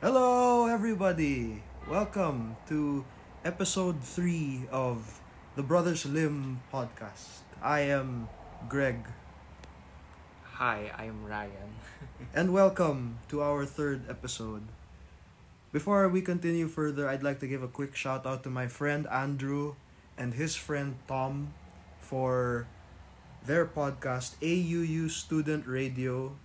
Hello, everybody! Welcome to episode 3 of the Brothers Lim podcast. I am Greg, Hi, I'm Ryan. and welcome to our third episode. Before we continue further, I'd like to give a quick shout out to my friend Andrew and his friend Tom for their podcast, AUU Student Radio,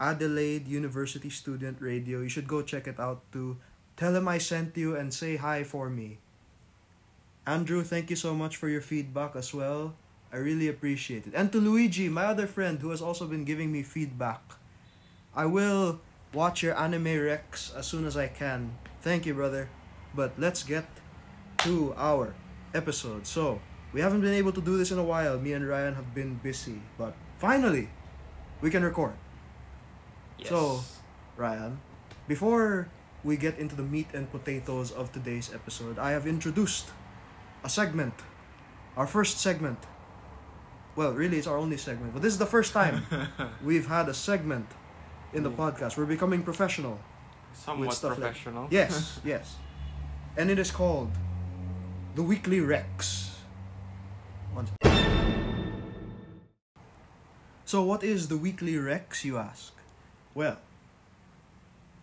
Adelaide University Student Radio. You should go check it out too. Tell him I sent you and say hi for me. Andrew, thank you so much for your feedback as well. I really appreciate it. And to Luigi, my other friend, who has also been giving me feedback. I will watch your anime recs as soon as I can. Thank you, brother. But let's get to our episode. So, we haven't been able to do this in a while. Me and Ryan have been busy. But finally, we can record. So- Ryan, before we get into the meat and potatoes of today's episode, I have introduced a segment. Our first segment. Well, really, it's our only segment, but this is the first time we've had a segment in the Yeah. podcast. We're becoming professional. somewhat stuff like- professional. Yes, yes. And it is called The Weekly Rex. One sec. So, what is The Weekly Rex, you ask? Well,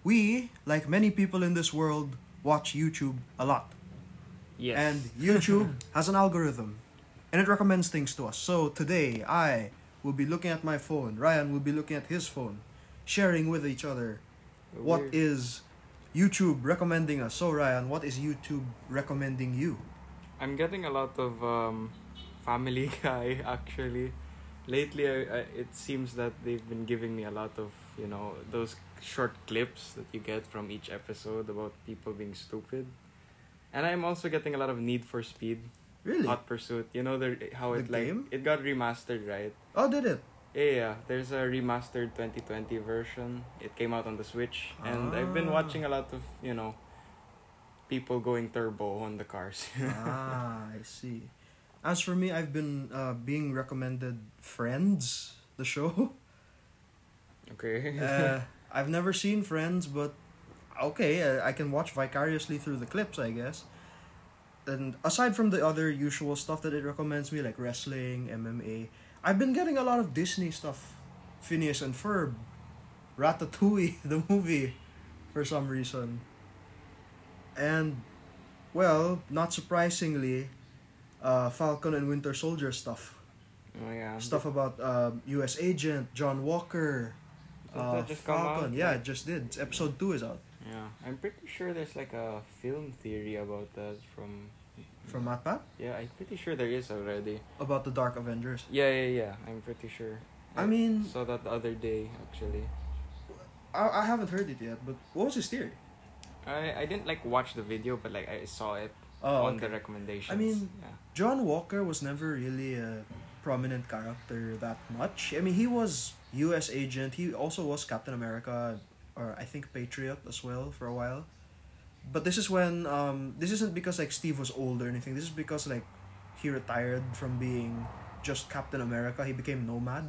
we, like many people in this world, watch YouTube a lot. yes. And YouTube has an algorithm and it recommends things to us. So today I will be looking at my phone, Ryan will be looking at his phone, sharing with each other what Weird. is YouTube recommending us. So Ryan, what is YouTube recommending you? I'm getting a lot of um, Family Guy actually. Lately, I, I, it seems that they've been giving me a lot of you know those short clips that you get from each episode about people being stupid, and I'm also getting a lot of Need for Speed, Really? Hot Pursuit. You know the how The it like game? it got remastered, right? oh, did it? Yeah, yeah, there's a remastered 2020 version. It came out on the Switch, and I've been Ah. watching a lot of you know people going turbo on the cars. ah, I see. As for me, I've been uh, being recommended Friends, the show. okay. Uh, I've never seen Friends, but okay, uh, I, I can watch vicariously through the clips, I guess. And aside from the other usual stuff that it recommends me, like wrestling, MMA, I've been getting a lot of Disney stuff. Phineas and Ferb, Ratatouille, the movie, for some reason. And, well, not surprisingly, uh, Falcon and Winter Soldier stuff. oh yeah. Stuff about uh, U.S. Agent, John Walker, Did that uh, just come Falcon. out? Yeah, it just did. It's episode two is out Yeah, I'm pretty sure there's like a film theory about that from. from Matpat Yeah, I'm pretty sure there is already. about the Dark Avengers. Yeah, yeah, yeah. I'm pretty sure. I mean- saw that the other day actually. I, I haven't heard it yet, but what was his theory? I I didn't like watch the video, but like I saw it Oh, on okay. the recommendations. mean, yeah. John Walker was never really a prominent character that much. I mean, he was U.S. Agent. He also was Captain America, or I think Patriot as well for a while. But this is when um, this isn't because like Steve was old or anything. This is because like he retired from being just Captain America. He became Nomad.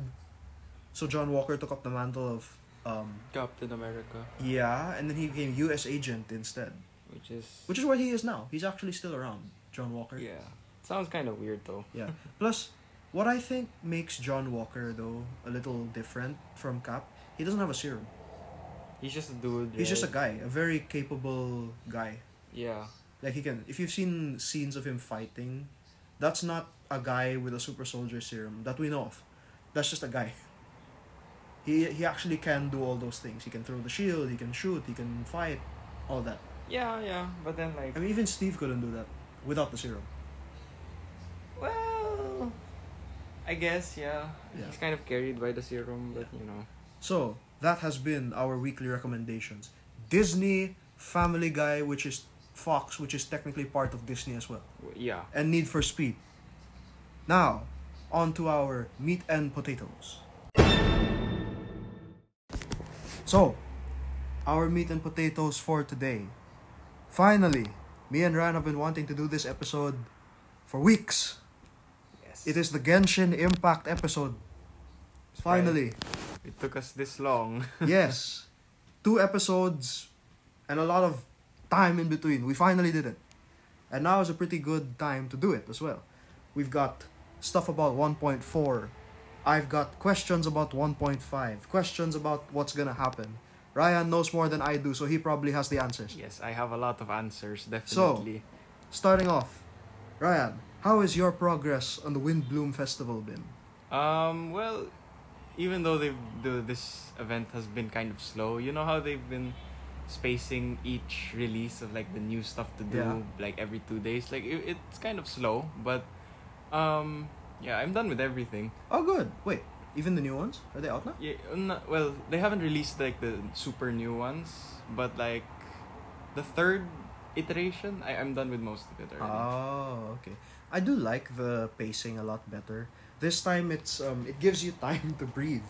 So John Walker took up the mantle of um, Captain America, yeah, and then he became U.S. Agent instead, which is which is what he is now. He's actually still around, John Walker. Yeah. Sounds kind of weird though. Yeah. Plus, what I think makes John Walker though a little different from Cap, he doesn't have a serum. He's just a dude. He's just a guy, right? a very capable guy. Yeah. Like he can, if you've seen scenes of him fighting, that's not a guy with a super soldier serum that we know of. That's just a guy. He he actually can do all those things. He can throw the shield. He can shoot. He can fight. All that. Yeah, yeah. But then like, I mean, even Steve couldn't do that without the serum. well, I guess yeah. Yeah. He's kind of carried by the serum, but you know. So that has been our weekly recommendations. Disney, Family Guy, which is Fox, which is technically part of Disney as well, w- Yeah. and Need for Speed. Now, on to our meat and potatoes. So, our meat and potatoes for today. Finally, me and Ryan have been wanting to do this episode for weeks. Yes. It is the Genshin Impact episode. Finally. It took us this long. yes. Two episodes and a lot of time in between. We finally did it. And now is a pretty good time to do it as well. We've got stuff about 1.4. I've got questions about 1.5, questions about what's going to happen. Ryan knows more than I do, so he probably has the answers. Yes, I have a lot of answers, definitely. Starting off, Ryan, how has your progress on the Wind Bloom Festival been? Um, well, even though they've, the, this event has been kind of slow, you know how they've been spacing each release of like the new stuff to do Yeah. like every two days. Like it, it's kind of slow, but um, yeah, I'm done with everything. Oh, good. Wait, even the new ones? Are they out now? Yeah, n- well, they haven't released like the super new ones, but like the third iteration, I I'm done with most of it already. Oh, okay. I do like the pacing a lot better. This time it's um it gives you time to breathe.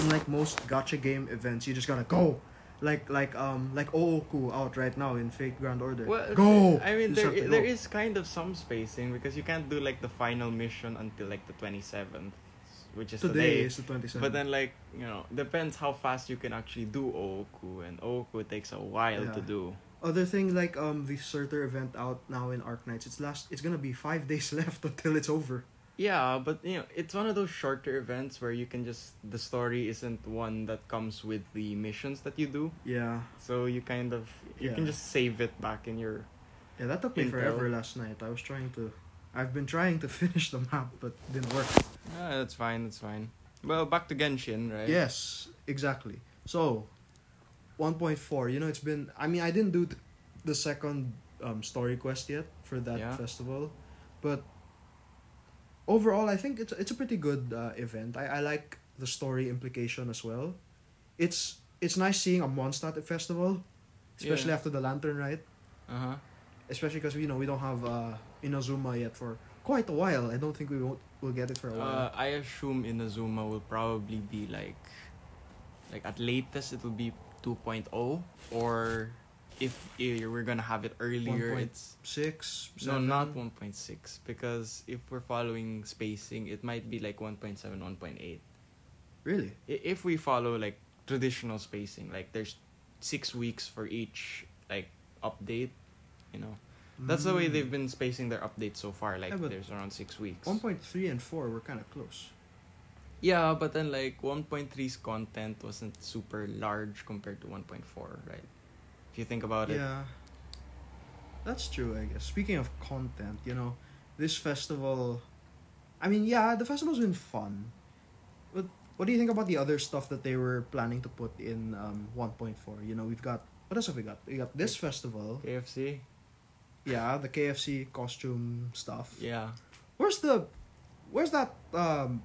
Unlike most gacha game events, you just gotta go. Like like um like Ooku out right now in Fate Grand Order. well, go. I mean, You just there have to there go. is kind of some spacing because you can't do like the final mission until like the twenty seventh, which is today is the twenty seventh. But then, like you know, depends how fast you can actually do ooku, and ooku takes a while to Yeah. do. other thing like um the Surtur event out now in Arc Knights. It's last. It's gonna be five days left until it's over. Yeah, but you know, it's one of those shorter events where you can just the story isn't one that comes with the missions that you do, Yeah, so you kind of you can Yeah. just save it back in your. yeah. That took me Intel. forever last night. I was trying to. I've been trying to finish the map, but didn't work. Ah, that's fine. That's fine. Well, back to Genshin, right? Yes, exactly. So, 1.4, you know, it's been. I mean, I didn't do th- the second um, story quest yet for that Yeah. festival, but overall, I think it's, it's a pretty good uh, event. I, I like the story implication as well. It's it's nice seeing a Mondstadt festival, especially Yeah. after the Lantern Ride, Uh huh. especially because, you know, we don't have uh, Inazuma yet for quite a while. I don't think we won't, we'll get it for a while. Uh, I assume Inazuma will probably be like, like at latest it will be 2.0 or if i- we're gonna have it earlier, 1.0. it's Six? no not seven? 1.6 because if we're following spacing, it might be like 1.7, 1.8. Really? I- If we follow like traditional spacing, like there's six weeks for each like update, you know. That's the way Mm. they've been spacing their updates so far. Like Yeah, but there's around six weeks. 1.3 and 4 were kind of close. Yeah, but then like 1.3's content wasn't super large compared to 1.4, right? If you think about it. Yeah. That's true, I guess. Speaking of content, you know, this festival. I mean, yeah, the festival's been fun. But what do you think about the other stuff that they were planning to put in um, 1.4? You know, we've got. What else have we got? We got this festival. KFC? Yeah, the KFC costume stuff. Yeah. Where's the. Where's that. um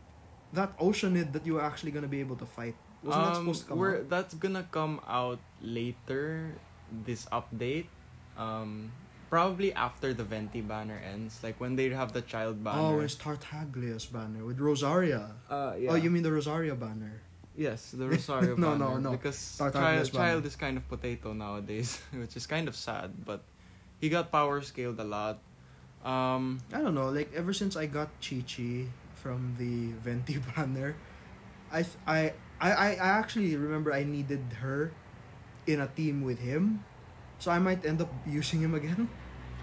That Oceanid that you were actually going to be able to fight? Wasn't that Um, supposed to come we're, out? That's gonna come out later this update. Um, probably after the Venti banner ends. Like when they have the child Oh, banner. it's Tartaglia's banner with Rosaria. uh, yeah. Oh, you mean the Rosaria banner? Yes, the Rosario No, banner. no, no. Because Tartar child, Glass banner. child is kind of potato nowadays, which is kind of sad, but he got power scaled a lot. Um, I don't know. Like ever since I got Chi Chi from the Venti banner, I th- I I I I actually remember I needed her in a team with him, so I might end up using him again.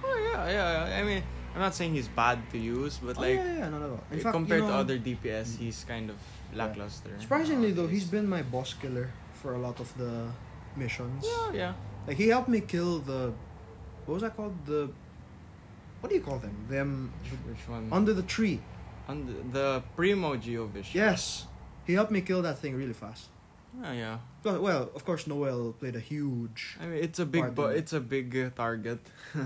Oh yeah, yeah. yeah. I mean, I'm not saying he's bad to use, but Oh, like yeah, yeah, yeah, not at all. In eh, fact, compared you know, to other DPS, he's kind of lackluster. surprisingly though, he's nowadays. been my boss killer for a lot of the missions. yeah, yeah. Like he helped me kill the, what was that called? The, what do you call them? Them Which one? under the tree. On the, the primo Geovish. Yes, he helped me kill that thing really fast. Yeah, Oh, yeah. Well, well, of course, Noel played a huge. I mean, it's a big, Pardon. but it's a big uh, target.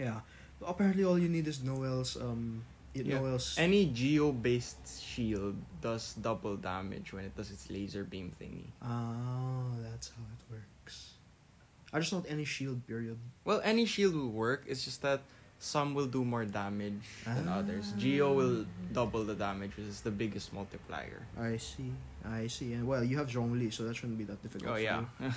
Yeah. Apparently, all you need is Noel's. Um, y- Yeah. Noel's. Any geo-based shield does double damage when it does its laser beam thingy. Ah, that's how it works. I just want any shield. Period. Well, any shield will work. It's just that some will do more damage than others. Geo will Ah. double the damage, which is the biggest multiplier. I see. I see. And well, you have Zhongli, so that shouldn't be that difficult. Oh for yeah. you.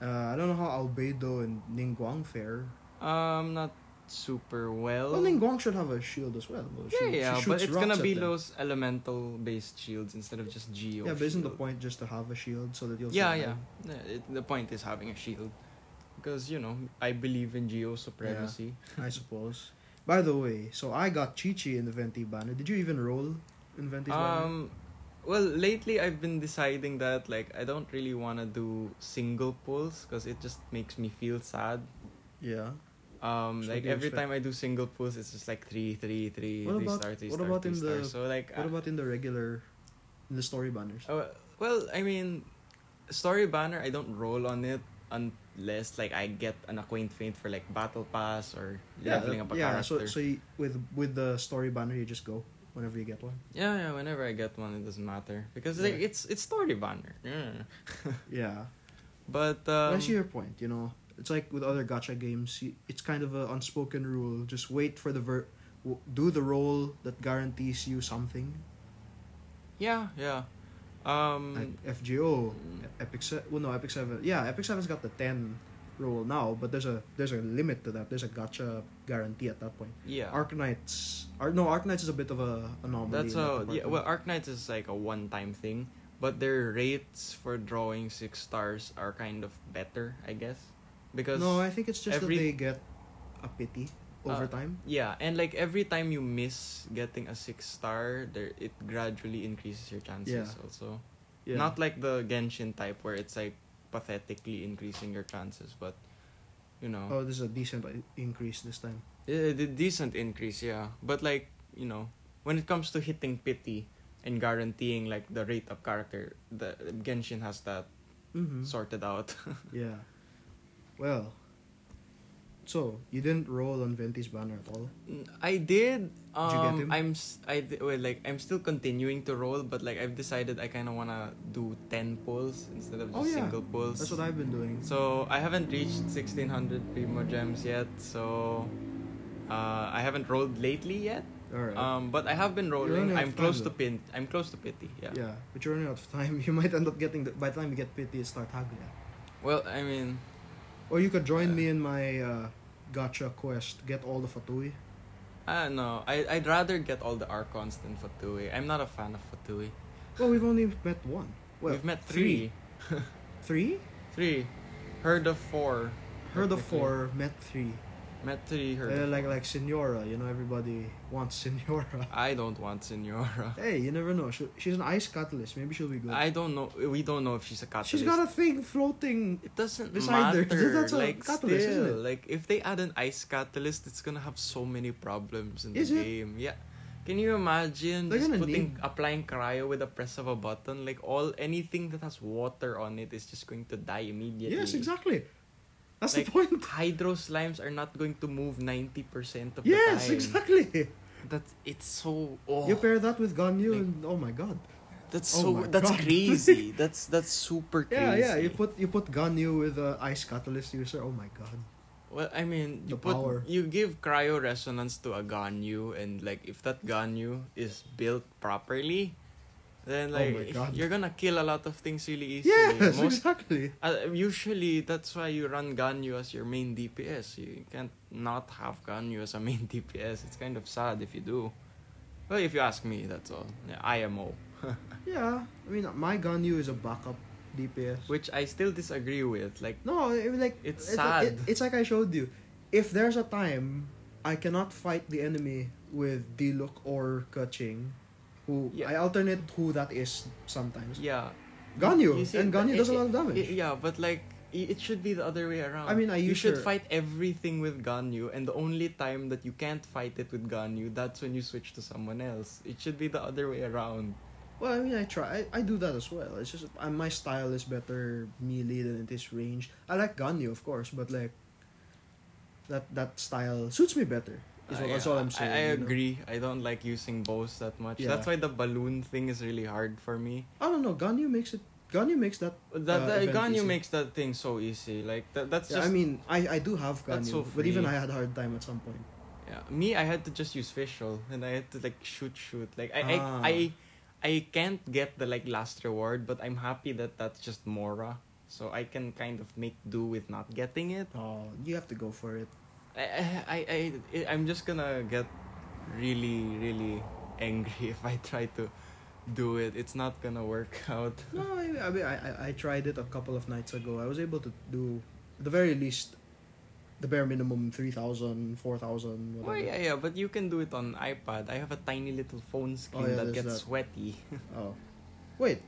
Uh, I don't know how Albedo and Ningguang fare. Um, not super well. Well, Ningguang should have a shield as well. Well, Oh. yeah, she- she yeah, but shoots it's rocks gonna at be them. those elemental based shields instead of just geo. Yeah, but isn't the shield. point just to have a shield so that you'll? Yeah, yeah. survive? Yeah, it, the point is having a shield, because you know I believe in geo supremacy. I suppose. By the way, so I got Chichi in the Venti banner. Did you even roll in Venti's banner? Um, well, lately I've been deciding that like I don't really wanna do single pulls because it just makes me feel sad. Yeah. Um, So what like do you every expect? time I do single pulls, it's just like three, three, three, What three about- star, three what star, about in three star. the- so like, What I- about in the regular, in the story banners? Oh, well, I mean, story banner, I don't roll on it unless like I get an acquaint feint for like battle pass or leveling up a yeah. So character. so you, with with the story banner, you just go whenever you get one. yeah, yeah. Whenever I get one, it doesn't matter because like Yeah. it's it's story banner. Yeah. Yeah. But I um, see your point. You know, it's like with other gacha games. you- It's kind of an unspoken rule. Just wait for the ver, w- do the roll that guarantees you something. yeah, yeah. Um, Like FGO, Mm. Epic Se- well no Epic Seven. Yeah, Epic Seven's got the ten roll now, but there's a there's a limit to that. There's a gacha guarantee at that point. yeah. Arknights, Ar- no Arknights is a bit of a anomaly. That's in that a yeah. department. Well, Arknights is like a one-time thing, but their rates for drawing six stars are kind of better, I guess, because no, I think it's just every- that they get a pity over Uh, time. Yeah, and like every time you miss getting a six star, there it gradually increases your chances Yeah. also. Yeah. Not like the Genshin type where it's like pathetically increasing your chances, but you know, oh, there's a decent i- increase this time. it, it, decent increase, yeah. But like, you know, when it comes to hitting pity and guaranteeing like the rate of character, the Genshin has that Mm-hmm. sorted out. Yeah. Well. So you didn't roll on Venti's banner at all. I did. Um, Did you get him? I'm s- I di- well, like I'm still continuing to roll, but like I've decided I kind of wanna do ten pulls instead of just Oh, yeah. single pulls. That's what I've been doing. so I haven't reached sixteen hundred primo gems yet, so uh, I haven't rolled lately yet. all right. Um, but I have been running rolling. out I'm of close time, to though. pin. I'm close to pity. Yeah. yeah, but you're running out of time. You might end up getting the, by the time you get pity, it's Tartaglia. Well, I mean, Or you could join Yeah. me in my uh, gotcha quest. Get all the Fatui. I don't know. I I'd rather get all the archons than Fatui. I'm not a fan of Fatui. Well, we've only met one. Well, We've met three. three. Three, heard of four. Heard of technically. four, met three. Met three heard. Uh, of like four. like Senora, you know everybody wants Senora. I don't want Senora. hey, you never know. She, she's an ice catalyst. Maybe she'll be good. I don't know. We don't know if she's a catalyst. she's got a thing floating. It doesn't beside her. matter. That's a like catalyst, still, isn't it? like if they add an ice catalyst, it's gonna have so many problems in Is the it? game. Yeah. Can you imagine They're just gonna putting need- applying cryo with the press of a button? Like all anything that has water on it is just going to die immediately. yes, exactly. That's the Like, point. Hydro slimes are not going to move ninety percent of the Yes, time. exactly. That's it's so. Oh. You pair that with Ganyu, Like- and oh my god. That's Oh so my that's God. crazy. that's that's super crazy. Yeah, yeah. You put you put Ganyu with a ice catalyst user. Oh my god. well, I mean, you the put power. you give cryo resonance to a Ganyu, and like if that Ganyu is built properly, then Oh like my God. you're gonna kill a lot of things really easily. Yes, Most exactly. uh, usually that's why you run Ganyu as your main DPS. You can't not have Ganyu as a main DPS. It's kind of sad if you do. Well, if you ask me, that's all. Yeah, IMO. Yeah, I mean my Ganyu is a backup DPS. Which I still disagree with. Like, No, I mean, like It's like- sad. it's like I showed you. If there's a time I cannot fight the enemy with Diluc or Kaching, who Yeah. I alternate who that is sometimes. yeah, Ganyu You see, and Ganyu it- does a it- lot of damage. Y- yeah, but like i- it should be the other way around. I mean, I you use should her- fight everything with Ganyu, and the only time that you can't fight it with Ganyu, that's when you switch to someone else. It should be the other way around. Well, I mean, I try. I, I do that as well. It's just I, my style is better melee than it is range. I like Ganyu, of course, but like that that style suits me better. Is what, Uh, yeah, that's all I'm saying. I, I you know? agree. I don't like using bows that much. Yeah. That's why the balloon thing is really hard for me. I don't know. Ganyu makes it. Ganyu makes that. That, Uh, that event Ganyu easy. makes that thing so easy. Like that, that's Yeah, just I mean, I, I do have Ganyu, That's so but even I free. had a hard time at some point. Yeah, me, I had to just use facial, and I had to like shoot, shoot. Like I, Ah. I, I, I can't get the like last reward, but I'm happy that that's just Mora, so I can kind of make do with not getting it. Oh, you have to go for it. I, I, I, I, I'm just gonna get really, really angry if I try to do it. It's not gonna work out. No, I, I mean, I, I- I tried it a couple of nights ago. I was able to do, at the very least, the bare minimum 3,000, 4,000, whatever. Well, yeah, yeah, but you can do it on iPad. I have a tiny little phone screen Oh, yeah, that there's that. gets sweaty. Oh. Wait,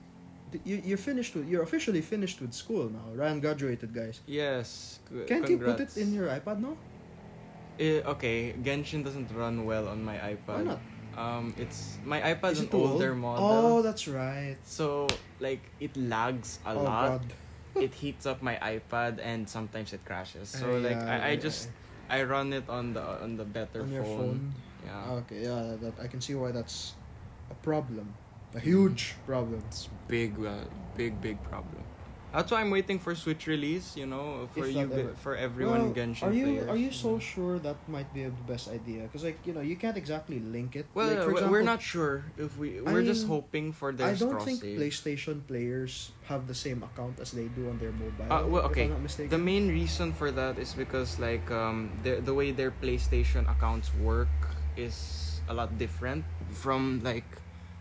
th- you, you're finished with, you're officially finished with school now. Ryan graduated, guys. Yes. c- Can't you congrats. put it in your iPad now? Eh, okay, Genshin doesn't run well on my Why iPad. not? Um, it's my Is iPad's it an too old? older Oh, model, that's right. so like it lags a oh, lot. God. it heats up my iPad and sometimes it crashes. So Ay, like ay, I, I ay, just I run it on the on the better On phone. your phone. Ah, Oh. Yeah. Okay, yeah, that, I can see why that's a problem. A huge Mm-hmm. problem. It's big uh, big big problem. That's why I'm waiting for Switch release, you know, for If you not ever. g- for everyone Well, Genshin are you players. are you so sure that might be the best idea? Because like you know you can't exactly link it. Well, like, for we- example, we're not sure if we we're just mean, hoping for I their don't cross think save. PlayStation players have the same account as they do on their mobile. Uh, well, okay. If I'm not The mistaken. main reason for that is because like um, the the way their PlayStation accounts work is a lot different from like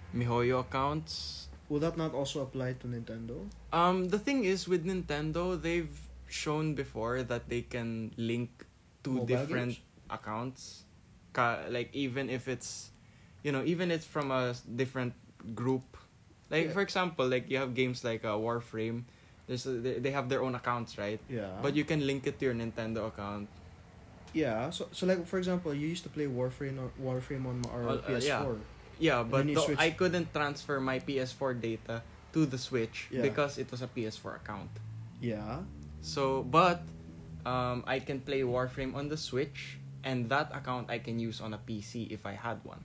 MiHoYo accounts. Will that not also apply to Nintendo? Um, the thing is with Nintendo, they've shown before that they can link two Mobile different games? accounts, Ka- like even if it's, you know, even it's from a s- different group. Yeah. Like for example, like you have games like uh, Warframe, there's a, they they have their own accounts, right? Yeah. But you can link it to your Nintendo account. yeah. So so like for example, you used to play Warframe on Warframe on our Well, uh, PS4. Yeah, And but then you though switch- I couldn't transfer my PS4 data to the Switch Yeah. because it was a PS4 account. Yeah. So, but um, I can play Warframe on the Switch, and that account I can use on a PC if I had one.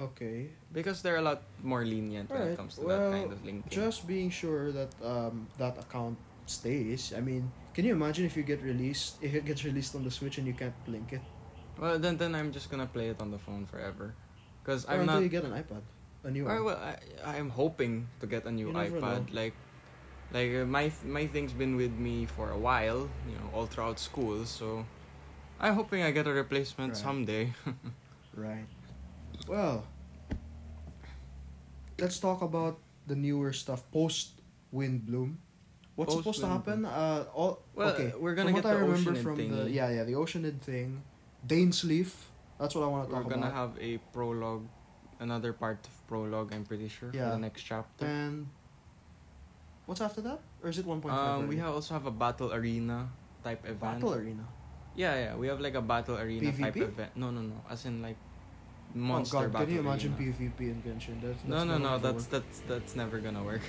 Okay. Because they're a lot more lenient when Alright, it comes to well, that kind of linking. Just being sure that um that account stays. I mean, can you imagine if you get released if it gets released on the Switch and you can't link it? Well, then then I'm just gonna play it on the phone forever, because or I'm until not. you get an iPad, a new Or, one. well, I I'm hoping to get a new You never iPad. know. Like, like uh, my my thing's been with me for a while, you know, all throughout school. So, I'm hoping I get a replacement Right. someday. Right. Well, let's talk about the newer stuff post Wind Bloom. What's Post supposed to happen? Windbloom. Uh, all Well, okay. we're gonna from get what I the remember Oceanid from the thingy. yeah yeah the Oceanid thing, Dane's Leaf. That's what I want to We're talk gonna about. have a prologue, another part of prologue. I'm pretty sure Yeah. for the next chapter. and what's after that? Or is it one point five? Um, we have also have a battle arena type event. battle arena. Oh, Yeah, yeah. We have like a battle arena type PvP? event. No, no, no. As in like monster oh god, battle can you imagine arena. PvP in Genshin? That's, that's no, no, never no. gonna work. That's that's that's never gonna work.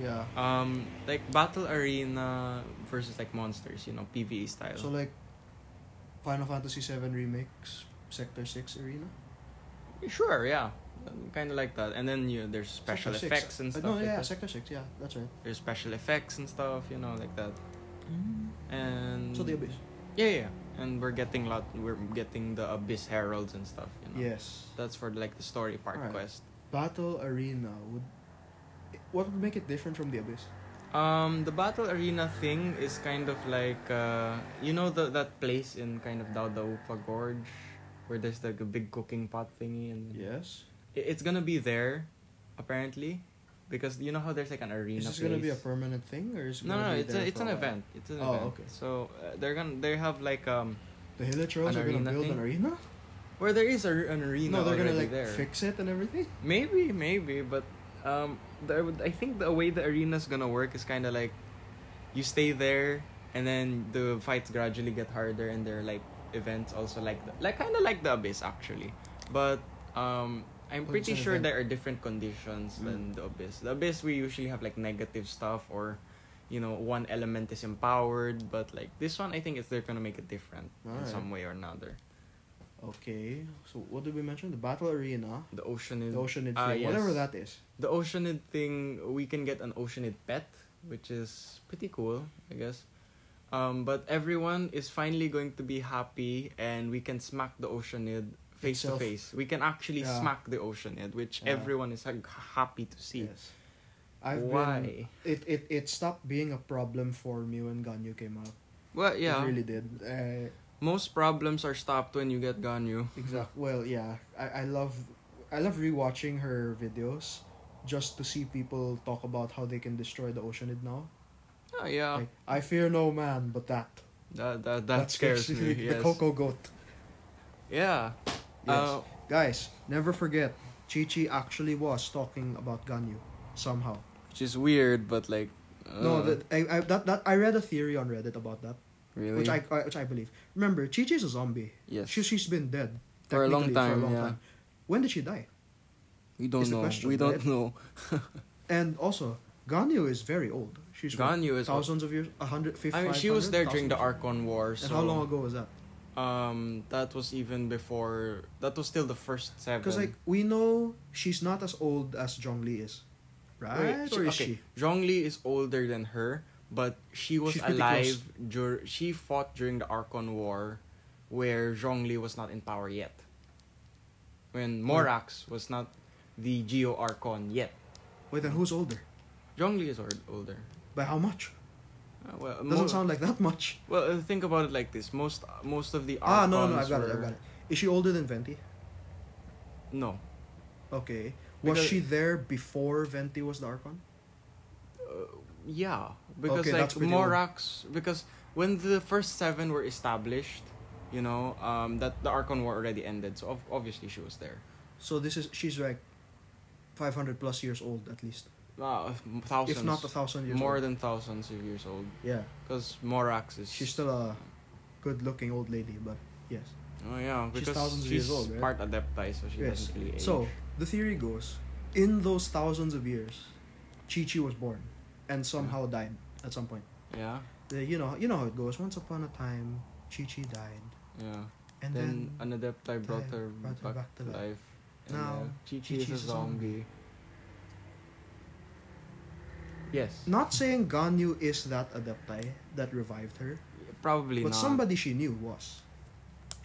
yeah. Um, like battle arena versus like monsters. You know, PVE style. So like, Final Fantasy VII remakes, Sector Six arena. sure, yeah. Kind of like that. And then you there's special Sector effects six. and Uh, stuff. No, like yeah, that. Sector Six. Yeah, that's right. There's special effects and stuff. You know, like that. And Mm. So the abyss. Yeah, yeah, and we're getting lot. We're getting the abyss heralds and stuff. You know? Yes. That's for like the story part Alright. quest. Battle arena would. What would make it different from the abyss? Um, the battle arena thing is kind of like uh, you know the, that place in kind of Daudaupa Gorge where there's like a big cooking pot thingy and Yes. I- it's gonna be there, apparently, because you know how there's like an arena. Is this gonna be a place? permanent thing or is it no, gonna no, be it's there a, it's for a an while? event. It's an Oh, event. okay. So uh, they're gonna they have like um The Hilly Trolls An are gonna arena build thing? an arena. where there is a, an arena. no, they're gonna already like there. fix it and everything. Maybe, maybe, but um, there would, I think the way the arena's gonna work is kind of like you stay there, and then the fights gradually get harder, and there are like events also like the, like kind of like the abyss actually, but um. I'm Well, it's pretty an sure event. there are different conditions than Mm. the abyss. The abyss we usually have like negative stuff or, you know, one element is empowered. But like this one, I think it's they're gonna make it different in Alright. some way or another. Okay. So what did we mention? The battle arena, The ocean the is Oceanid Ah, thing, whatever yes. that is. the oceanid thing we can get an oceanid pet which is pretty cool i guess um, but everyone is finally going to be happy and we can smack the oceanid face Itself. to face we can actually Yeah. smack the oceanid which Yeah. everyone is like, happy to see Yes. I've why been it, it it stopped being a problem for me when Ganyu came out. well yeah It really did. Uh, Most problems are stopped when you get Ganyu. Exactly. Well, yeah. I, I love I love rewatching her videos just to see people talk about how they can destroy the Oceanid now. Oh, yeah. Like, I fear no man but that. that, that, that scares me. actually The Yes. Coco Goat. yeah. Yes. Uh, Guys, never forget, Chi Chi actually was talking about Ganyu somehow. which is weird, but like. Uh, no, that I, I that, that I read a theory on Reddit about that, Really? which I I- which I believe. Remember, Chi Chi's a zombie. Yes. She she's been dead For a long technically, time, yeah. When did she die? we don't is the know. question, we don't right? know. And also, Ganyu is very old. She's what, Ganyu is- thousands of years, a hundred fifty. I mean, she was there during the Archon War. So, And how long ago was that? Um, that was even before. That was still the first seven. Because like we know she's not as old as Zhongli is, Wait, right? she- or is okay, she? Zhongli is older than her, but she was She's pretty alive. Dur- she fought during the Archon War, where Zhongli was not in power yet. When Morax was not the Geo Archon yet. Wait, then who's older? Zhongli is or- older. By how much? Uh, well, Doesn't mo- sound like that much. well, uh, think about it like this: most most of the Ah, Archons no, no, no, I've got were, it, I've got it. Is she older than Venti? No, Okay. Was Because- she there before Venti was the Archon? Uh, Yeah, because Okay, like that's pretty old. Morax, because when the first seven were established, you know, um, that the Archon War already ended, so ob- obviously she was there. So this is she's like, five hundred plus years old at least, Uh, thousands, if not a thousand years. more old. than thousands of years old, yeah, because Morax is she's still a good-looking old lady, but yes. oh yeah she's because thousands of she's years old, right? part Adepti, so she Yes. doesn't really age. So the theory goes, in those thousands of years, Chi Chi was born, and somehow Mm. died at some point. yeah, The- you know, you know how it goes. Once upon a time, Chi Chi died, yeah. and Then, then, an Adepti brought died- her brought her back, back to to life. life. and, Now, uh, Chi-Chi is a Chi-Chi's a zombie. zombie. Yes. not saying Ganyu is that adepti that revived her, Probably but not. somebody she knew was.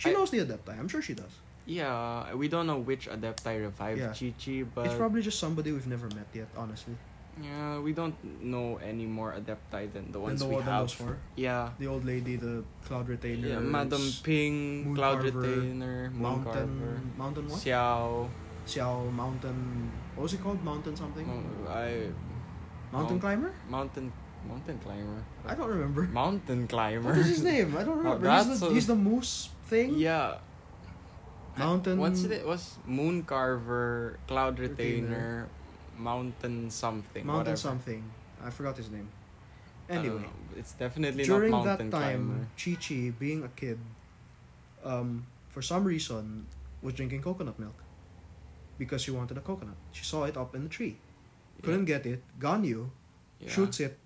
She I- knows the adepti. I'm sure she does. Yeah, we don't know which Adepti revived Yeah. Chi Chi, but it's probably just somebody we've never met yet. Honestly, yeah, we don't know any more Adepti than the ones the we one- than have. those four? Yeah. the old lady, the cloud retainer, Yeah, Madam Ping, Moon Cloud Carver, Retainer, Moon Carver, mountain, mountain what? Xiao. Xiao Mountain. What was it called? Mountain something? Mo- I mountain Mount- climber? mountain mountain climber. I don't remember. Mountain climber. What is his name? I don't Oh, remember. that's he's, the, a- he's the moose thing. Yeah. Mountain. What's it? What's Moon Carver, Cloud Retainer, Retainer. Mountain something. Mountain whatever. something. I forgot his name. I don't Anyway, know. it's definitely during not that mountain time, climber. Chi Chi, being a kid, um, for some reason, was drinking coconut milk because she wanted a coconut. She saw it up in the tree. Couldn't get it. Ganyu Yeah. shoots it,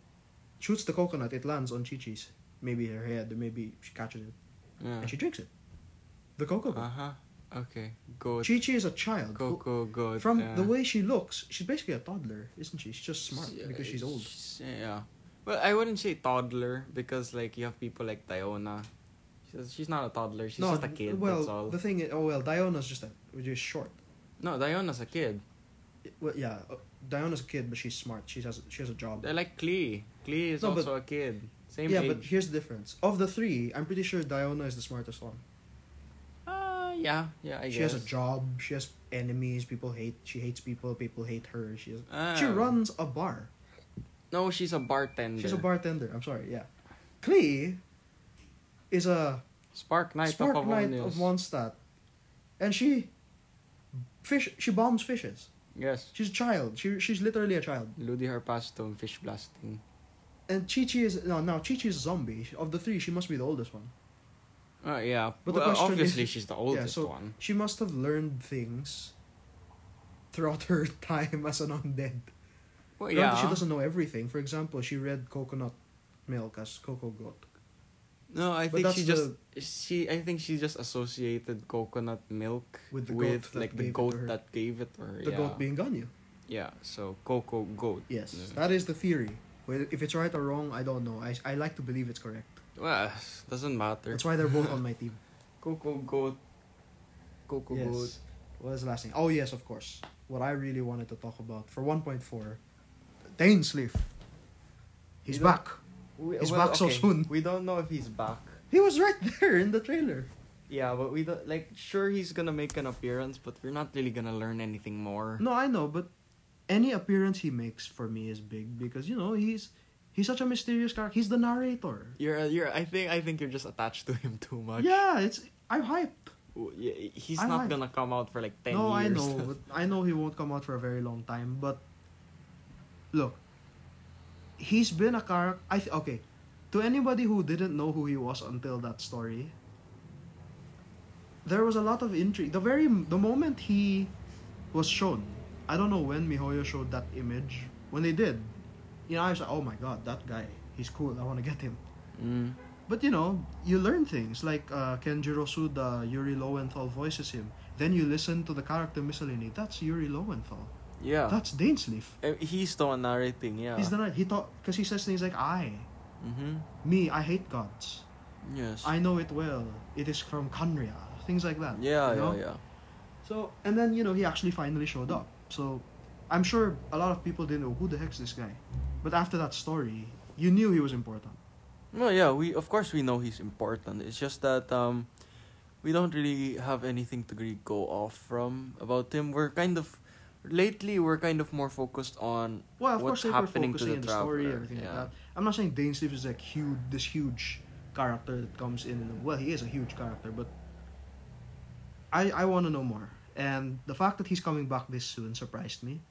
shoots the coconut. It lands on Chi Chi's, maybe her head, or maybe she catches it. Yeah. and she drinks it. The cocoa Uh goat. huh. Okay. Goat. Chi Chi is a child. who- Coco goat. From yeah. the way she looks, she's basically a toddler, isn't she? She's just smart Yeah, because she's old. she's- yeah. Well, I wouldn't say toddler because like you have people like Diona. She's, she's not a toddler. She's just a kid. Well, that's all. the thing is, oh well, Diona's just a, just short. no, Diona's a kid. Well, yeah, uh, Diona's a kid, but she's smart. She has she has a job. They're like Klee. Klee is No, but- also a kid. Same yeah, but age. here's the difference. Of the three, I'm pretty sure Diona is the smartest one. uh, yeah, yeah. I she guess. has a job. She has enemies. People hate. She hates people. People hate her. She has, Ah. she runs a bar. No, she's a bartender. She's a bartender. I'm sorry. Yeah, Klee is a Spark Knight Spark of Knight Avonius. of Mondstadt. And she fish she bombs fishes. Yes. She's a child. She she's literally a child. Ludi Harpastum, fish blasting. And Chi Chi is no now Chi Chi is a zombie. Of the three, she must be the oldest one. Uh, yeah, But but the well, question obviously is- she's the oldest so- one. She must have learned things throughout her time as an undead. Well, Granted, yeah. She doesn't know everything. For example, she read coconut milk as cocoa goat. No, I But think that's she just she I think she just associated coconut milk With the goat that like the gave it to goat her. that gave it to her. The yeah. goat being Ganyu. Yeah, so cocoa goat. Mm. Yes. Yeah. That is the theory. Well, if it's right or wrong, I don't know. I, I like to believe it's correct. Well, doesn't matter. That's why they're both on my team. Cocoa goat. Cocoa goat. Yes. What is the last thing? Oh yes, of course. What I really wanted to talk about for one point four, Dane Sleaf. He's You don't- back. He's back so soon. We don't know if he's back. He was right there in the trailer. Yeah, but we don't like. Sure, he's gonna make an appearance, but we're not really gonna learn anything more. No, I know, but any appearance he makes for me is big because you know he's he's such a mysterious character. He's the narrator. You're, you're. I think, I think you're just attached to him too much. Yeah, it's I'm hyped. W- yeah, He's I not like- gonna come out for like ten no, years. I know, but I know he won't come out for a very long time. But look, he's been a character. I th- okay, to anybody who didn't know who he was until that story, there was a lot of intrigue. The very the moment he was shown, I don't know when Mihoyo showed that image. When they did, you know, I was like, oh my god, that guy, he's cool. I want to get him. Mm. But you know, you learn things like uh, Kenjiro Suda, Yuri Lowenthal voices him. Then you listen to the character Miscellany. That's Yuri Lowenthal. Yeah. That's Dainsleif. Uh, he's the one narrating. Yeah. He's the night. He thought because he says things like I, Mm-hmm. me, I hate gods. Yes. I know it well. It is from Kanria. Things like that. Yeah, you know? yeah, yeah. So and then you know he actually finally showed up. So I'm sure a lot of people didn't know who the heck's this guy. But after that story, you knew he was important. No, yeah, we of course we know he's important. It's just that um we don't really have anything to really go off from about him. We're kind of lately we're kind of more focused on Well, of What's course, they were happening to focusing the in the story, traveler, everything yeah. like that. I'm not saying Dane Steve is like huge, this huge character that comes in. And, well, he is a huge character, but I I want to know more. And the fact that he's coming back this soon surprised me.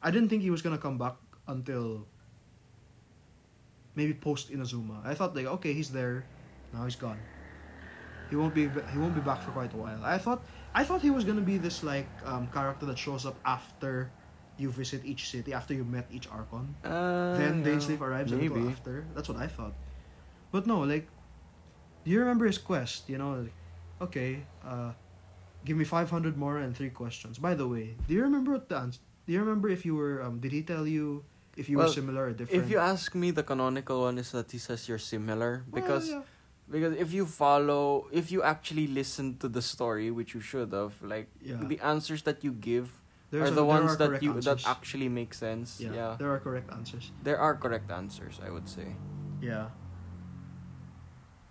I didn't think he was gonna come back until maybe post Inazuma. I thought like, okay, he's there, now he's gone. He won't be he won't be back for quite a while. I thought I thought he was gonna be this like um, character that shows up after you visit each city, after you met each Archon. uh, then yeah, Dainsleif arrives a little maybe. after. That's what I thought. But no, like, do you remember his quest? You know, like, okay, uh, give me five hundred more and three questions. By the way, do you remember what the ans- Do you remember if you were? Um, did he tell you if you Well, were similar or different? If you ask me, the canonical one is that he says you're similar Well, because yeah. because if you follow if you actually listen to the story, which you should have, like Yeah. the answers that you give There's a- are the there ones are that correct you answers. that actually make sense. yeah, yeah. there are correct answers. There are correct answers, I would say. Yeah.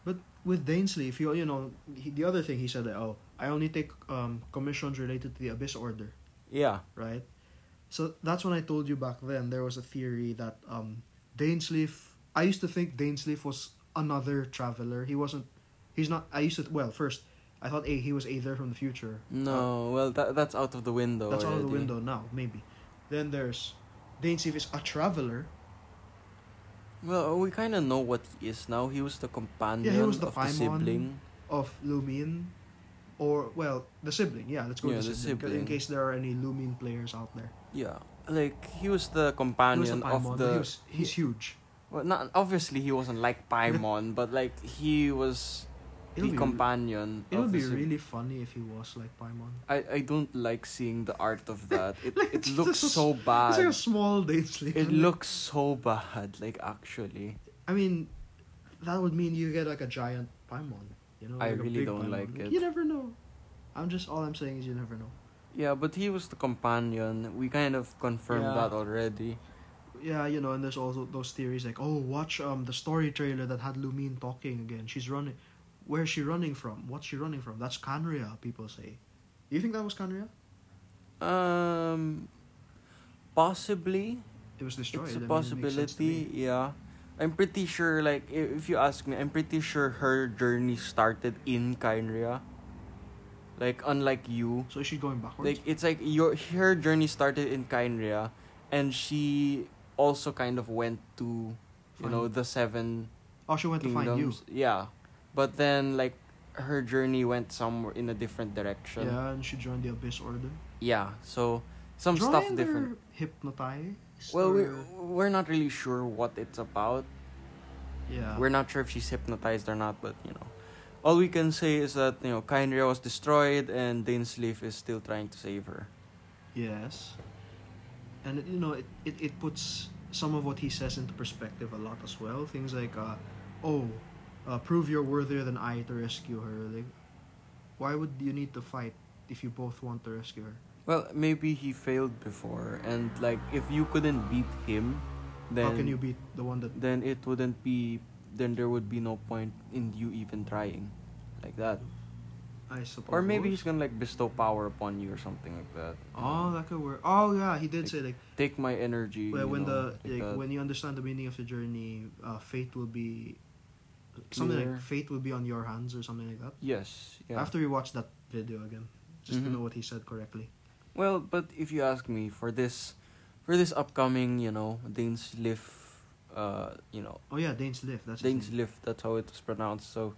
But with Dainsley, if you you know he, the other thing he said that oh I only take um commissions related to the Abyss Order. Yeah. right? So that's when I told you back then there was a theory that um Dainsleif I used to think Dainsleif was another traveler. He wasn't he's not I used to well, first I thought a he was either from the future. No, Uh, well, that that's out of the window. That's out of the already. window now, maybe. Then there's Dainsleif is a traveler. Well, we kind of know what he is now. He was the companion was the of the Paimon. sibling. of Lumine or well the sibling yeah let's go Yeah, with the the sibling, 'cause sibling. in case there are any Lumine players out there Yeah, like he was he the was companion the of Paimon the. he was, he's huge well, not obviously he wasn't like Paimon, but like he was It'll the be- companion. it would of the be sib- really funny if he was like Paimon I I don't like seeing the art of that. It it It's looks just- so It's like a bad. small Dainsleif Uh, It looks so bad. Like actually. I mean, that would mean you get like a giant Paimon. You know, I like a really big don't Paimon. like it. You never know. I'm just all I'm saying is you never know. Yeah, but he was the companion. We kind of confirmed Yeah. that already. Yeah, you know, and there's also those theories like, oh, watch um the story trailer that had Lumine talking again. She's running. Where's she running from? What's she running from? That's Canria, people say. You think that was Canria? Um, possibly. It was destroyed. It's I a mean, it makes sense to possibility. me. yeah, I'm pretty sure. Like, i- if you ask me, I'm pretty sure her journey started in Kynria. Like, unlike you, So is she going backwards? like it's like your her journey started in Kynria, and she also kind of went to, you Find- know, the seven oh, she went to find you. kingdoms. Yeah, but then like her journey went somewhere in a different direction. Yeah, and she joined the Abyss Order. Yeah, so some Joined stuff or different. Hypnotized. Well, we or- we're not really sure what it's about. yeah. We're not sure if she's hypnotized or not, but you know, all we can say is that you know Kynria was destroyed and Dainsleif is still trying to save her. Yes. And you know, it, it, it puts some of what he says into perspective a lot as well. Things like, uh, oh, uh, prove you're worthier than I to rescue her. Like, why would you need to fight if you both want to rescue her? Well, maybe he failed before, and like if you couldn't beat him, then How can you beat the one that. then it wouldn't be then there would be no point in you even trying like that. I suppose. Or maybe he's gonna like bestow power upon you or something like that. you Oh, know. that could work. Oh yeah, he did say like take my energy. when, you when know, uh the like, that. when you understand the meaning of the journey, uh, fate will be something Clear. like fate will be on your hands or something like that. yes, yeah. After we watch that video again, just Mhm. to know what he said correctly. Well, but if you ask me for this, for this upcoming, you know, Danes Lift, uh, you know, Oh yeah, Dane's lift. That's his Danes name. Lift. That's how it was pronounced. So,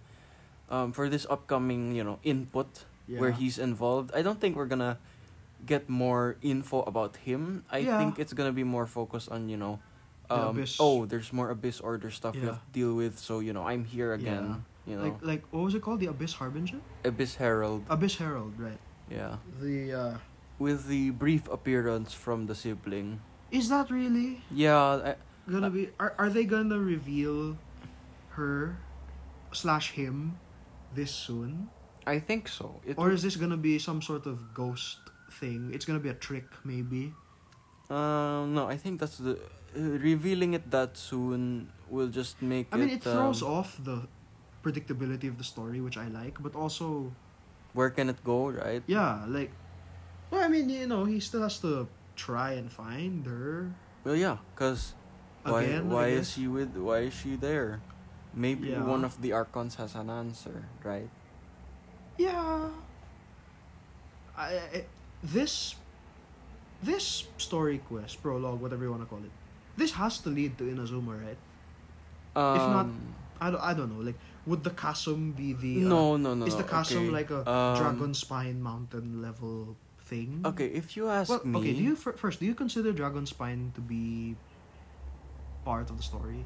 um, for this upcoming, you know, input Yeah. where he's involved, I don't think we're gonna get more info about him. I Yeah. think it's gonna be more focused on you know, The um, Abyss. oh, there's more abyss order stuff we Yeah. have to deal with. So you know, I'm here again. You know, like uh, like what was it called? The Abyss Harbinger, Abyss Herald. Abyss Herald, right? Yeah, The uh, with the brief appearance from the sibling. is that really Yeah, I, gonna be? Are are they gonna reveal her slash him this soon? I think so. It Or is this gonna be some sort of ghost thing? It's gonna be a trick, maybe. Um, no, I think that's the uh, revealing it that soon will just make. I mean, it throws um, off the predictability of the story, which I like, but also, Where can it go, right? yeah, like, well, I mean, you know, he still has to try and find her Well, yeah, cause why again. I why guess. is she with why is she there? Maybe Yeah. one of the archons has an answer, right? Yeah. I, I this this story quest prologue, whatever you want to call it, this has to lead to Inazuma, right? Um, not I don't, I don't know. Like, would the chasm be the uh, no, no, no. Is the no, chasm okay. like a Um, dragon spine mountain level thing? Okay, if you ask Well, me, okay. Do you fir- first? Do you consider dragon spine to be part of the story?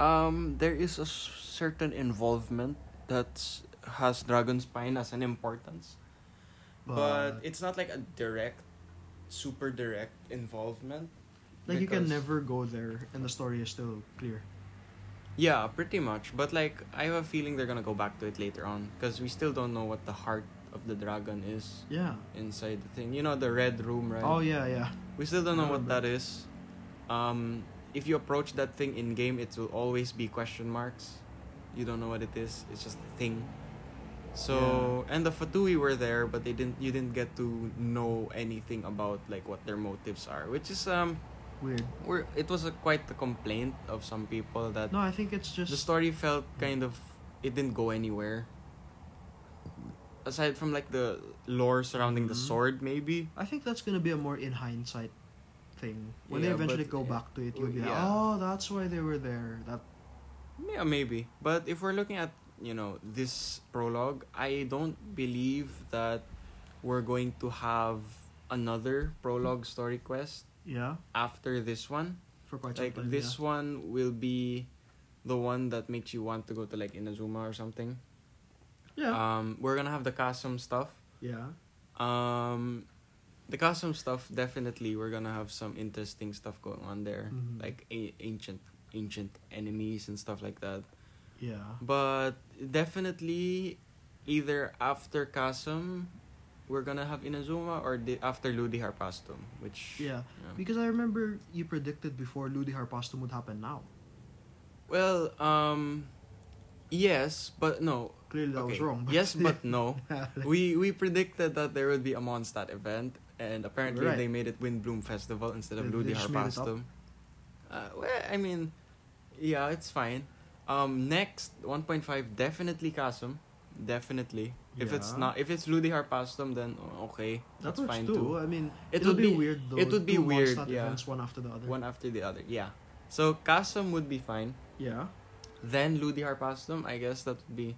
um, there is a s- certain involvement that has dragon spine as an importance. but it's not like a direct super direct involvement like you can because- never go there, and the story is still clear. yeah pretty much but like i have a feeling they're gonna go back to it later on because we still don't know what the heart of the dragon is Yeah. inside the thing you know the red room right Oh yeah, yeah. we still don't know what Remember. that is um if you approach that thing in game it will always be question marks you don't know what it is it's just a thing so and the fatui were there but they didn't you didn't get to know anything about like what their motives are which is um Weird. we it was a, quite a complaint of some people that No, I think it's just. the story felt kind of it didn't go anywhere. Aside from like the lore surrounding the Mhm. sword, maybe. I think that's gonna be a more in hindsight thing. When they Yeah, eventually but- go back to it, you'll be like, Yeah. oh, that's why they were there. That Yeah, maybe. But if we're looking at you know this prologue, I don't believe that we're going to have another prologue story quest yeah, after this one. for quite Like some time. this one will be the one that makes you want to go to like Inazuma or something. Yeah. Yeah. Um, we're gonna have the custom stuff. yeah. Um, the custom stuff definitely we're gonna have some interesting stuff going on there, Mhm. like a- ancient ancient enemies and stuff like that. Yeah. But definitely, either after Kasum, we're gonna have Inazuma, or the, after Ludi Harpastum, which Yeah. yeah. Because I remember you predicted before Ludi Harpastum would happen now. well, um, yes, but no. Clearly that was Okay. wrong. yes, but no. Yeah, like- we we predicted that there would be a Mondstadt event, and apparently Right. they made it Windbloom Festival instead of They- they Ludi just made it up. Harpastum. Uh, well, I mean, yeah, it's fine. Um, next one point five definitely Kasum, definitely. If it's Yeah. not, if it's Ludi Harpastum, then oh, okay, that that's works fine too. too. I mean, It it'll would be weird though. it would be two weird, Mondstadt yeah. events, one after the other. one after the other. Yeah, so Kasum would be fine. Yeah. Then Ludi Harpastum, I guess that would be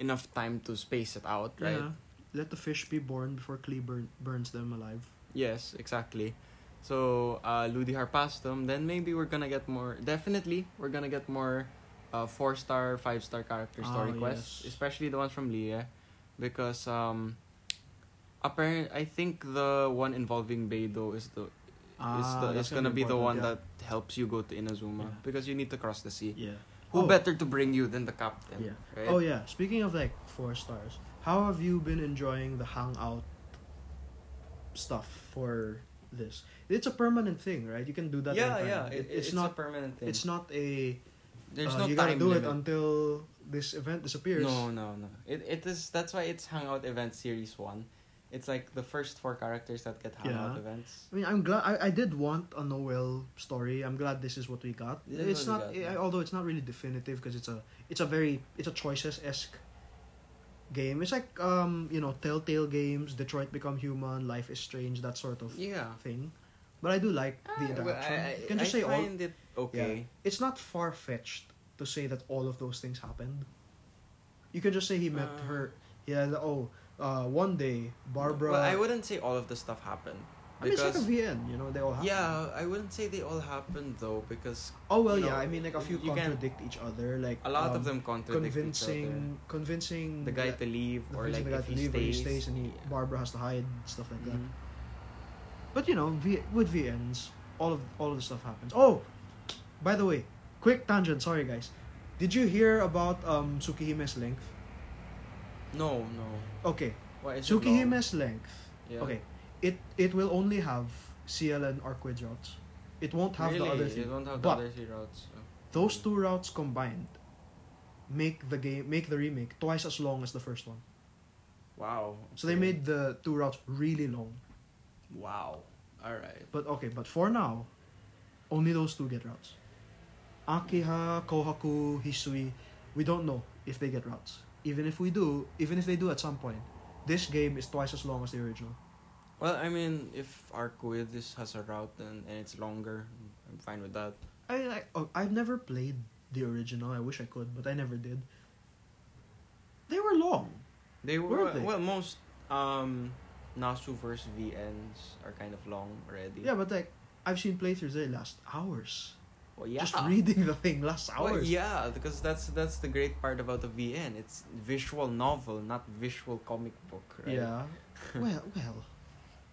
enough time to space it out, right? Yeah. Let the fish be born before Klee burn, burns them alive. Yes, exactly. So uh, Ludi Harpastum, then maybe we're gonna get more. Definitely, we're gonna get more uh, four star, five star character story Ah, quests, yes. especially the ones from Lie, because um, apparent I think the one involving Beidou is the is Ah, the that's is gonna be, the one important, that helps you go to Inazuma Yeah. because you need to cross the sea. yeah. Yeah. Who Oh. better to bring you than the captain? Yeah. Right? Oh yeah. Speaking of like four stars, how have you been enjoying the hangout stuff for this? It's a permanent thing, right? You can do that. yeah, anytime. yeah. It- It, it's, it's, not. a permanent thing. It's not a There's uh, no you time gotta do limit. it until this event disappears. No, no, no. It it is that's why it's Hangout Event Series One. It's like the first four characters that get Hangout Yeah. events. I mean, I'm glad. I, I did want a Noel story. I'm glad this is what we got. This is it's what we not, got, eh, yeah. although it's not really definitive because it's a, it's a very, it's a choices esque game. It's like um, you know, Telltale games, Detroit Become Human, Life is Strange, that sort of Yeah. thing. But I do like the Ah, interaction. well, I, I, you can just I say all. find it okay. It's not far fetched to say that all of those things happened. You can just say he met Uh. her. Yeah. the- Oh, uh, one day Barbara. Well, I wouldn't say all of the stuff happened. I mean, it's like a because- VN. You know, they all happen. Yeah, I wouldn't say they all happened though, because Oh well, you yeah. know, I mean, like a few you can- contradict each other. Like a lot of um, them contradict convincing, convincing each other. The guy that- to leave, or convincing like the guy if to he, leave, or stays, he stays, and he, yeah. Barbara has to hide stuff like that. Mhm. But you know, v, with VNs, all of all of the stuff happens. Oh, by the way, quick tangent. Sorry, guys. Did you hear about um, Tsukihime's length? No, no. Okay, Why is it long? Tsukihime's length. Yeah. Okay, it it will only have CL and Arquid routes. It won't have really? the other You three. don't But- have the other three routes. Oh. Those two routes combined make the game make the remake twice as long as the first one. Wow. So they okay. made the two routes really long. Wow. All right. But okay, but for now, only those two get routes. Akiha, Kohaku, Hisui, we don't know if they get routes. Even if we do, even if they do at some point, this game is twice as long as the original. Well, I mean, if Arquid is, has a route and, and it's longer, I'm fine with that. I, I oh, I've never played the original. I wish I could, but I never did. They were long. They Were were, they? well, most um, Nasu versus VNs are kind of long already. Yeah, but like I've seen playthroughs they last hours. Well, yeah. Just reading the thing lasts hours. Well, yeah, because that's that's the great part about the VN. It's visual novel, not visual comic book, right? Yeah. well, well.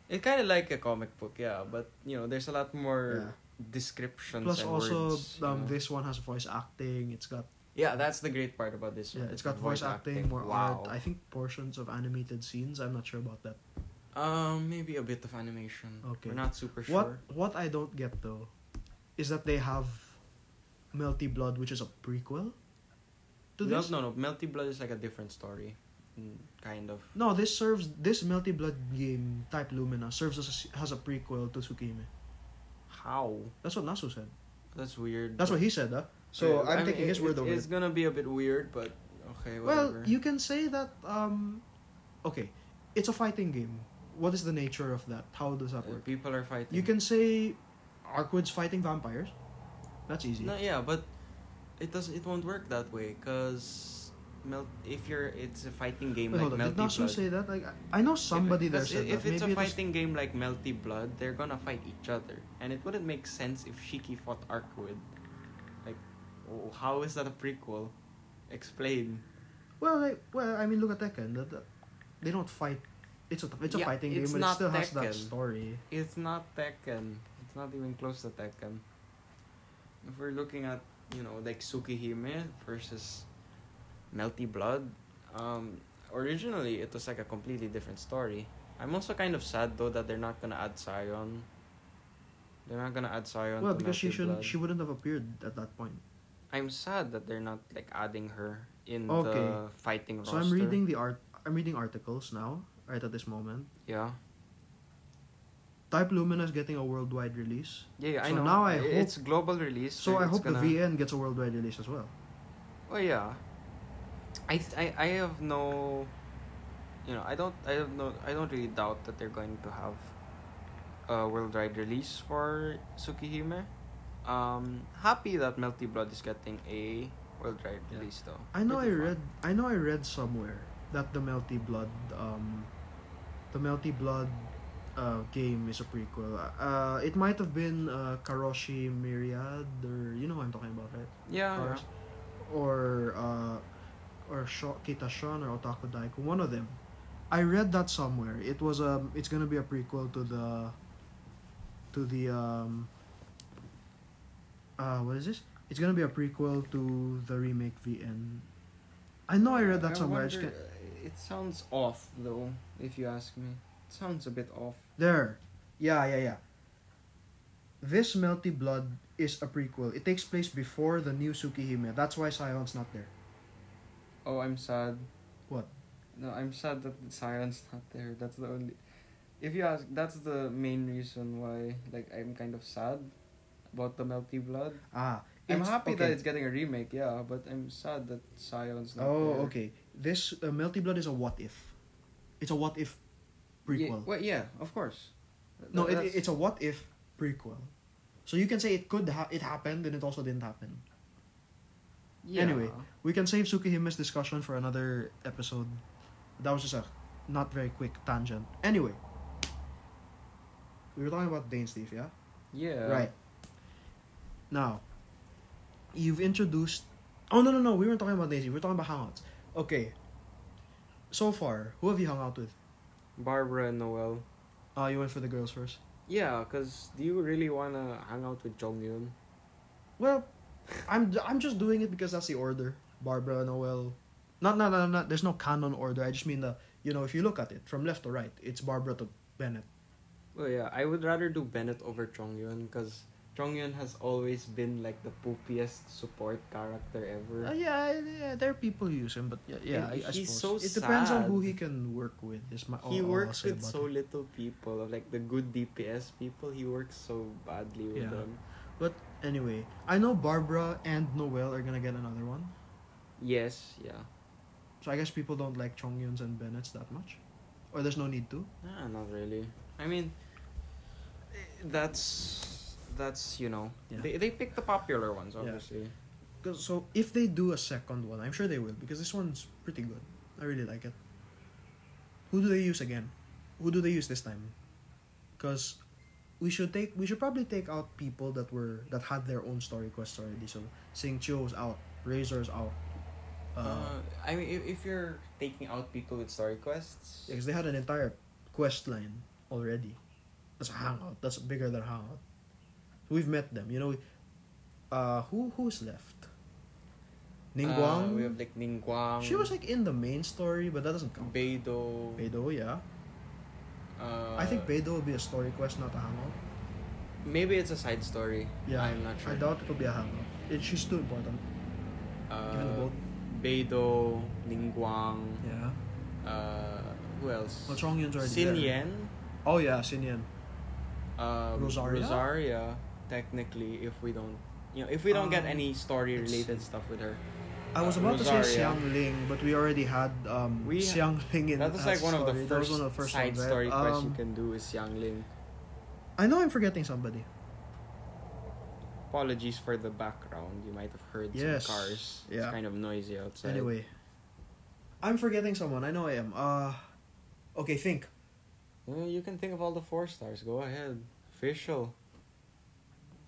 It's kind of like a comic book, yeah, but you know, there's a lot more descriptions Plus, and also, words, you um, know. this one has voice acting. It's got Yeah, that's the great part about this. yeah, one. it's got voice acting, more wow. art. I think portions of animated scenes. I'm not sure about that. Um, maybe a bit of animation. Okay. We're not super sure. What What I don't get though, is that they have, Melty Blood, which is a prequel. To no, this. no, no. Melty Blood is like a different story, Mm, kind of. No, this serves this Melty Blood game type Lumina serves as a, as a prequel to Tsukime. How? That's what Nasu said. That's weird. That's what he said, huh? So Yeah, I'm I mean, taking his it- word over It's it. gonna be a bit weird, but okay. Whatever. Well, you can say that. Um, okay, it's a fighting game. What is the nature of that? How does that Uh, work? people are fighting. You can say Arkwood's fighting vampires. That's easy. No, yeah, but it does. It won't work that way, cause melt. If you're, it's a fighting game Wait, like hold on. Melty Did Nasu Blood. say that? Like, I- I know somebody if, there cause said if that. it's Maybe a it was- fighting game like Melty Blood, they're gonna fight each other, and it wouldn't make sense if Shiki fought Arkwood. Like, oh, how is that a prequel? Explain. Well, like, well, I mean, look at Tekken. That, that, they don't fight. It's a it's a Yeah, fighting it's game, but it not still has that Tekken. story. It's not Tekken. It's not even close to Tekken. If we're looking at, you know, like Tsukihime versus Melty Blood, um, originally it was like a completely different story. I'm also kind of sad though that they're not gonna add Sion. They're not gonna add Sion. Well, to because she Melty shouldn't, Blood. she wouldn't have appeared at that point. I'm sad that they're not like adding her in the Okay. fighting So roster. I'm reading the art. I'm reading articles now, right at this moment. Yeah. Type Lumina is getting a worldwide release. Yeah, yeah I So know. now I I- hope- it's global release. So I it's hope gonna... the VN gets a worldwide release as well. Oh yeah, I, th- I I have no, you know I don't I have no I don't really doubt that they're going to have a worldwide release for Tsukihime. Um, happy that Melty Blood is getting a worldwide Yeah. release though. I know I Pretty fun. read. I know I read somewhere that the Melty Blood, um, the Melty Blood, uh, game is a prequel. Uh, it might have been uh, Karoshi Myriad, or you know what I'm talking about, right? Yeah, yeah. Karoshi- Or uh, or Sho- Kitashan or Otaku Daiku, one of them. I read that somewhere. It was um, it's gonna be a prequel to the, to the um. Uh, what is this? It's gonna be a prequel to the remake VN. I know I read that somewhere. I just wonder- uh, can't- It sounds off though, if you ask me. It sounds a bit off. There. Yeah, yeah, yeah. This Melty Blood is a prequel. It takes place before the new Tsukihime. That's why Sion's not there. Oh, I'm sad. What? No, I'm sad that Siren's not there. That's the only. If you ask, that's the main reason why. Like, I'm kind of sad about the Melty Blood. Ah, I'm it's- happy that okay. it's getting a remake, yeah, but I'm sad that Sion's not Oh, there. okay. This uh, Melty Blood is a what if. It's a what if Ye- prequel. well, yeah, of course. Th- no, it, that's- it's a what if prequel. So you can say it could ha- it happened and it also didn't happen. yeah. anyway. We can save Tsukihime's discussion for another episode. That was just a not very quick tangent. Anyway, we were talking about Dane's Thief, yeah? Yeah. Right. Now, you've introduced. Oh no no no! We weren't talking about Daisy. We were talking about hangouts. Okay. So far, who have you hung out with? Barbara and Noel. Uh, you went for the girls first. Yeah, because do you really want to hang out with Jong Yun? Well, I'm I'm just doing it because that's the order. Barbara Noel. Not no no no. There's no canon order. I just mean the you know if you look at it from left to right, it's Barbara to Bennett. Well, yeah, I would rather do Bennett over Jong Yun because Jong Yun has always been like the poopiest support character ever. Uh, yeah, yeah, there are people who use him, but yeah, yeah I, And I he's suppose. so it depends on who sad. he can work with. Is my all- he all I'll works say with about so it. little people, like the good DPS people. He works so badly with Yeah. them. Anyway, I know Barbara and Noel are gonna get another one. Yes, yeah. So I guess people don't like Chongyuns and Bennett's that much. Or there's no need to. Nah, not really. I mean, eh, that's that's you know Yeah. they they pick the popular ones Yeah. obviously. 'Cause- So if they do a second one, I'm sure they will because this one's pretty good. I really like it. Who do they use again? Who do they use this time? Cause we should take we should probably take out people that were that had their own story quests already. So Sing Chio's out, Razor's out. Uh, Uh, I mean, if, if you're taking out people with story quests, because they had an entire quest line already. That's a hangout. That's bigger than hangout. We've met them, you know. Uh, who who's left? Ning uh, Guang. we have like Ningguang. she was like in the main story, but that doesn't count. Beidou. Beidou, yeah. Uh, I think Beidou will be a story quest, not a hangout. maybe it's a side story. Yeah, I'm not sure. I doubt it will be a hangout. It, she's too important. Given the Uh, boat. Beidou, Ningguang. Yeah. Uh, who else? Well, Chongyun's already Sin there. Yen. Oh yeah, Sinyan. Um, Rosaria? Rosaria, technically, if we don't, you know, if we don't get Um, any story-related it's- stuff with her, I was Uh, about to say Rosaria. Xiang Ling, but we already had um, We- Xiang Ling in that was as like one of, story. That the was first one of the first side ones, right? story quest you Um, can do is Yang Ling. I know I'm forgetting somebody. Apologies for the background. You might have heard Yes, some cars. yeah. It's kind of noisy outside. Anyway, I'm forgetting someone. I know I am. Uh, okay, think. Uh, you can think of all the four stars. Go ahead. Official.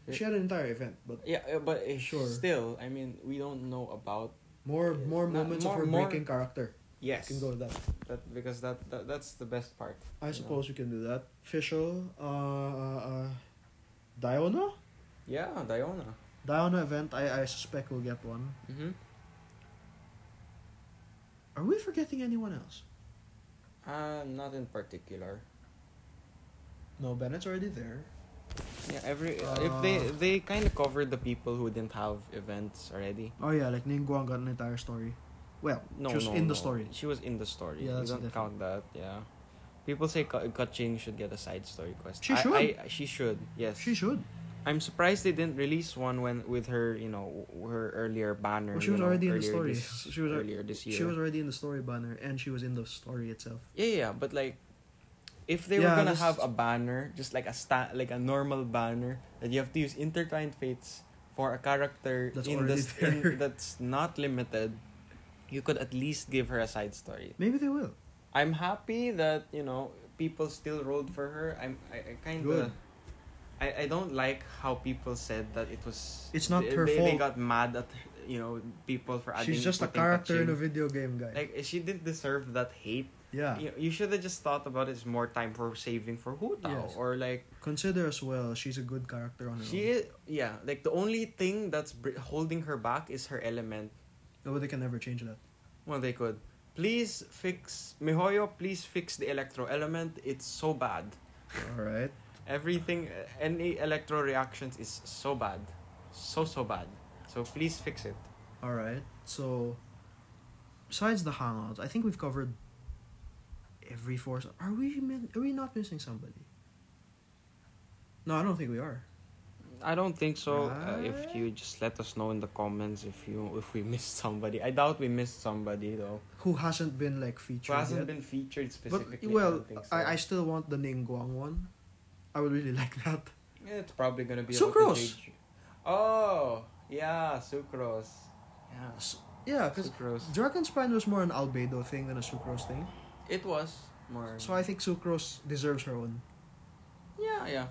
She had an entire event, but Yeah, uh, but uh, Eh, Sure. still, I mean, we don't know about more Yeah, more no, moments more- of her more- breaking character. yes. We can go with that. That because that, that that's the best part. I you know? suppose we can do that. Official. Uh, uh, uh, Diona. Yeah, Diona. Diona event. I I suspect we'll get one. Mm-hmm. Are we forgetting anyone else? Uh, not in particular. No, Bennett's already there. Yeah, every if they Uh, they kind of covered the people who didn't have events already. Oh yeah, like Ningguang got an entire story. Well, No, she was no, in no. the story. She was in the story. Yeah, Yeah, you that's don't different. count that. Yeah, people say Ka- Kaching should get a side story quest. She I- should. I, she should. Yes. She should. I'm surprised they didn't release one when with her, you know, w- her earlier banner. Well, she was you know, already in the earlier story. This, She was al- earlier this year. She was already in the story banner, and she was in the story itself. Yeah, yeah, yeah, but like, if they Yeah, were gonna this- have a banner, just like a sta- like a normal banner that you have to use intertwined fates for a character That's in already this there. in, that's not limited, you could at least give her a side story. Maybe they will. I'm happy that you know people still rolled for her. I'm I, I kind Good. of. I, I don't like how people said that it was. It's not they, her they, They fault. got mad at you know people for adding. She's just a putting character in a Kachin. video game, Ah. guy. Like she didn't deserve that hate. yeah. You, you should have just thought about it as more time for saving for Hu Tao. Yes. Or like, Consider as well, she's a good character on her own. she is, yeah, like the only thing that's br- holding her back is her element. Nobody can ever change that. Well, they could. Please fix, Mihoyo, please fix the electro element. It's so bad. All right. Everything, any electro reactions is so bad. so so bad. So please fix it. All right. So, besides the hangouts, I think we've covered every force. Are we? min- Are we not missing somebody? No, I don't think we are. I don't think so. Uh, if you just let us know in the comments if you if we missed somebody. I doubt we missed somebody though. Who hasn't been like featured Who hasn't yet? been featured but specifically. I, well, don't think so. I, I still want the Ningguang one. I would really like that. Yeah, it's probably gonna be about the Sucrose. JJ. Oh yeah, sucrose. Yeah, Yeah, because sucrose. Dragon Spine was more an albedo thing than a sucrose thing. It was more. So I think sucrose deserves her own. Yeah, yeah,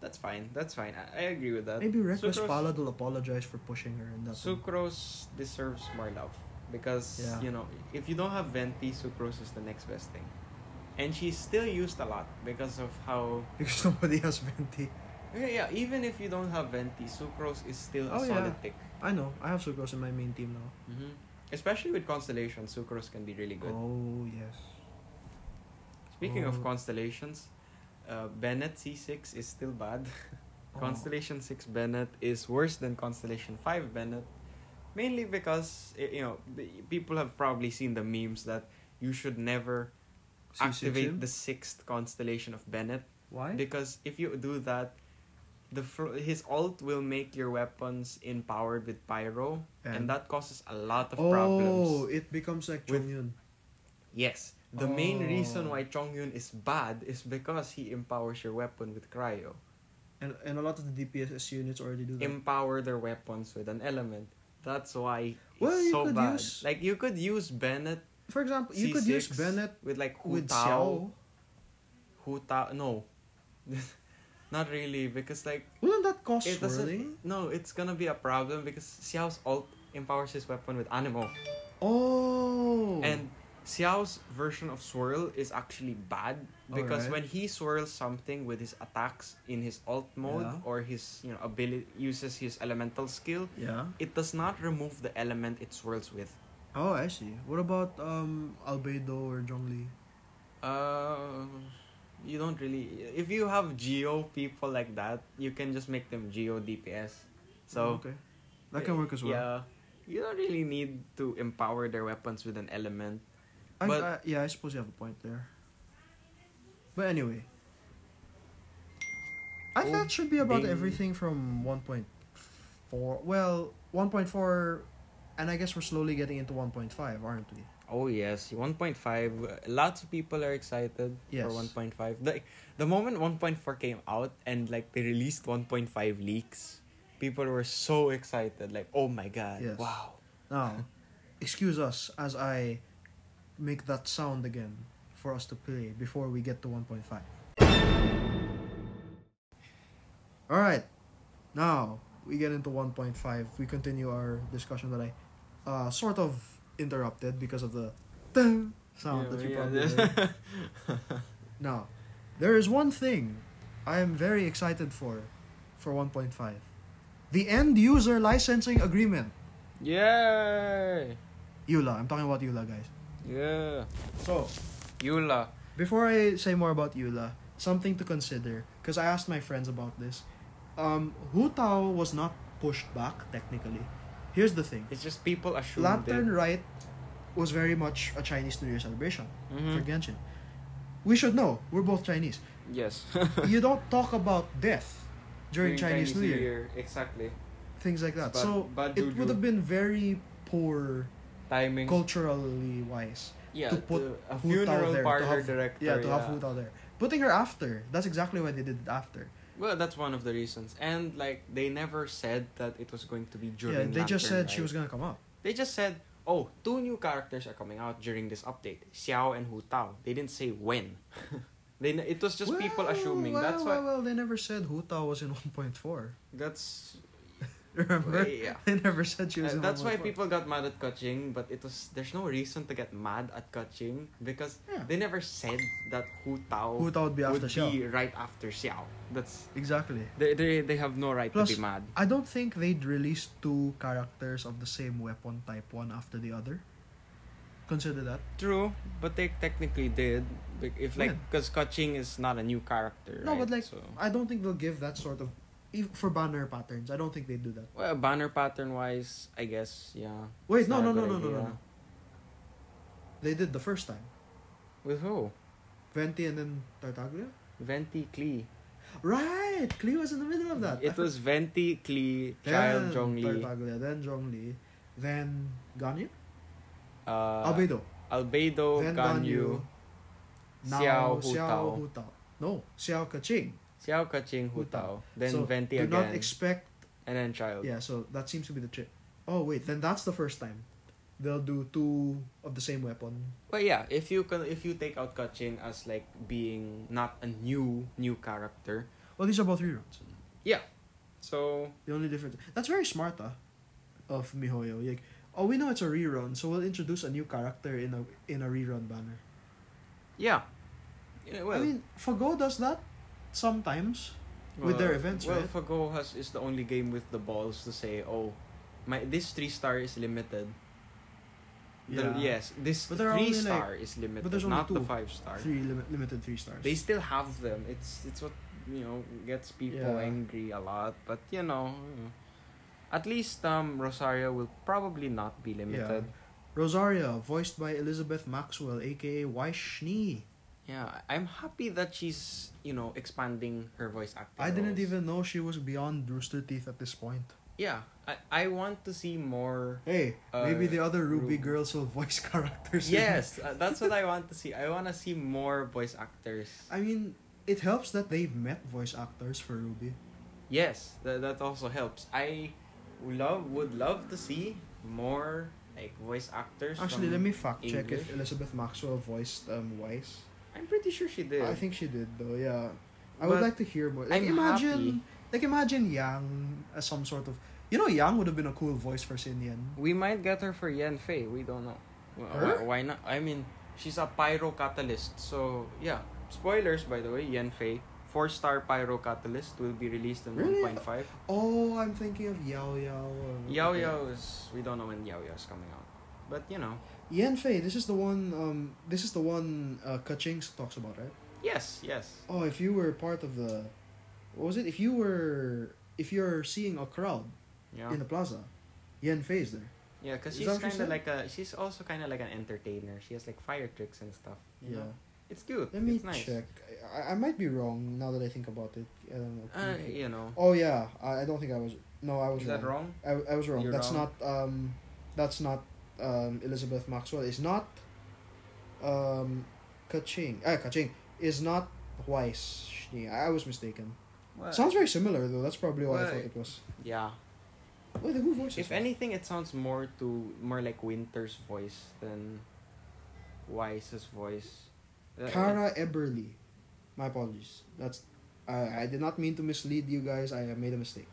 that's fine. That's fine. I, I agree with that. Maybe Reckless Uh, Sucrose- Palad will apologize for pushing her in that. one. Sucrose deserves more love because Yeah. you know if you don't have venti, sucrose is the next best thing, and she's still used a lot because of how Because nobody has venti. yeah, yeah even if you don't have venti, sucrose is still a Oh, yeah. solid pick, I know. I have sucrose in my main team now. hmm especially with constellation. Sucrose can be really good. Oh yes. Speaking Oh. of constellations, uh, Bennett C six is still bad. Oh. Constellation 6 Bennett is worse than Constellation 5 Bennett, mainly because, y- you know, the, people have probably seen the memes that you should never C6 activate him? the sixth constellation of Bennett Why? because if you do that, the fr- his alt will make your weapons empowered with pyro, And? and, that causes a lot of oh, problems. it becomes like With- Chongyun. Yes, the main Oh. reason why Chongyun is bad is because he empowers your weapon with cryo. And, and a lot of the DPSS units already do that. empower their weapons with an element. That's why it's Well, you so could bad. use- Like you could use Bennett For example, you could use C6 Bennett with like Hu with Tao. Xiao. Hu Tao no. Not really because like Wouldn't that cause it swirling? doesn't no, it's gonna be a problem because Xiao's alt empowers his weapon with animal. Oh. And Xiao's version of swirl is actually bad because Alright. when he swirls something with his attacks in his alt mode Yeah. or his you know ability uses his elemental skill, yeah. it does not remove the element it swirls with. Oh, I see. What about um Albedo or Zhongli? Uh, you don't really. If you have geo people like that, you can just make them geo DPS. So okay, that can work as well. Yeah, you don't really need to empower their weapons with an element. I, but- I, yeah, I suppose you have a point there. But anyway, I think that should be about Ding. everything from one point four. Well, one point four, and I guess we're slowly getting into one point five, aren't we? Oh yes, 1.5. uh, Lots of people are excited Yes. for 1.5. The the moment 1.4 came out and like they released 1.5 leaks, people were so excited. Like oh my god, Yes. wow. Now, excuse us as I make that sound again for us to play before we get to 1.5. Alright, now we get into 1.5. We continue our discussion that I uh, sort of interrupted because of the dun sound that you probably heard. Now, there is one thing I am very excited for for 1.5 the end user licensing agreement. Yay! EULA. I'm talking about EULA, guys. Yeah. So, Yula. before I say more about EULA, something to consider, because I asked my friends about this. Um, Hu Tao was not pushed back, technically. Here's the thing It's just people assume Lantern Right was very much a Chinese New Year celebration That, Mhm. for Genshin. We should know, we're both Chinese. Yes. you don't talk about death during, Chinese, New Year, Exactly. things like that. It's bad- so, bad it juju. would have been very poor Timing. culturally wise. yeah. to put a Hu Tao funeral there, to parlor have- director. Yeah, to have food out there. Putting her after. That's exactly why they did it after. Well, that's one of the reasons. And like they never said that it was going to be yeah, during. they just said Lantern, she right? was gonna come up. They just said, oh, two new characters are coming out during this update, Xiao and Hu Tao. They didn't say when. they n- it was just people Well, assuming. Well, that's why. well, well, they never said Hu Tao was in 1.4. That's Remember? yeah. They never said she was Uh, in that's why 1.4. people got mad at Kuching, but it was there's no reason to get mad at Kuching because Yeah. they never said that Hu Tao Hu Tao would be after would Xiao. be right after Xiao. That's Exactly. they, they they have no right Plus- to be mad. I don't think they'd release two characters of the same weapon type one after the other. Consider that. True, but they technically did. If like- like because Kuching is not a new character. No, but like I don't think they'll give that sort of ev- for banner patterns. I don't think they do that. Well, banner pattern wise, I guess, yeah. Wait, It's no, no, not a no, good no, no, no, idea. no. They did the first time. With who? Venti and then Tartaglia. Venti Klee. Right, Klee was in the middle of that. I It was Venti Klee, for- Child then Zhongli, Tartaglia, then Zhongli, then Ganyu, uh, Albedo, Albedo then Ganyu, Ganyu, now Xiao Hu Xiao Tao, Hu Tao. No, Xiao Kaching. Xiao Kaching Hu Hu Tao. Tao, then so Venti do again, not expect. and then Child. Yeah, so that seems to be the trick. Oh wait, then that's the first time. They'll do two of the same weapon. But yeah, if you can, if you take out Kaching as like being not a new new character, Well, these are both reruns. so The only difference. That's very smart, ah, of Mihoyo. Like, oh, we know it's a rerun, so we'll introduce a new character in a in a rerun banner. yeah. Yeah, well, I mean, Fago does that sometimes. with their events, well, right? Fago has is the only game with the balls to say, oh, my this three star is limited. The, yes, this But there are three only, like- star is limited, there's only not the two. five star. Three lim- limited three stars. They still have them. It's it's what you know gets people Yeah. angry a lot. But you know, at least um Rosario will probably not be limited. Rosaria, voiced by Elizabeth Maxwell, aka Waishni. Yeah, I'm happy that she's you know expanding her voice acting. I didn't roles. even know she was beyond Rooster Teeth at this point. Yeah, I I want to see more. Hey, Uh, maybe the other Ruby Ru- girls will voice characters. in- Yes, uh, that's what I want to see. I want to see more voice actors. I mean, it helps that they've met voice actors for Ruby. Yes, that that also helps. I love would love to see more like voice actors. Actually, let from- me fact check if English. Elizabeth Maxwell voiced um, Weiss. I'm pretty sure she did. I think she did though. Yeah, I But would like to hear more. Like I'm imagine, happy. like imagine Yang as some sort of. You know, Yang would have been a cool voice for Sin Yen. we might get her for Yan Fei. We don't know. Wh- Her? wh- Why not? I mean, she's a pyro catalyst. So yeah. Spoilers, by the way. Yan Fei, four star pyro catalyst will be released in Really? 1.5. Oh, I'm thinking of Yao Yao. or- Yao okay. Yao is we don't know when Yao Yao is coming out, but you know. Yan Fei. This is the one. Um, this is the one. Uh, Kachings talks about, right? Yes, yes. Oh, if you were part of the, what was it? If you were, if you're seeing a crowd Yeah. in the plaza, Yan Fei is there. Yeah, because Is she's that what she said? kind of like a. She's also kind of like an entertainer. She has like fire tricks and stuff. You Yeah. Know? It's cute. Let me it's nice. check. I- I, I might be wrong now that I think about it. I don't know. Uh, you know. Oh yeah, I, I don't think I was. No, I was Is wrong. that wrong? I, I was wrong. You're that's wrong. not um, that's not um Elizabeth Maxwell. Is not um, Kaching. Ah, Kaching is not Weiss. I I was mistaken. Well, Sounds very similar though. That's probably what I Well, thought it was. Yeah. Wait, who voices? If that? anything, it sounds more to more like Winter's voice than Wise's voice. Uh, Cara Eberly. My apologies. That's I I did not mean to mislead you guys. I made a mistake.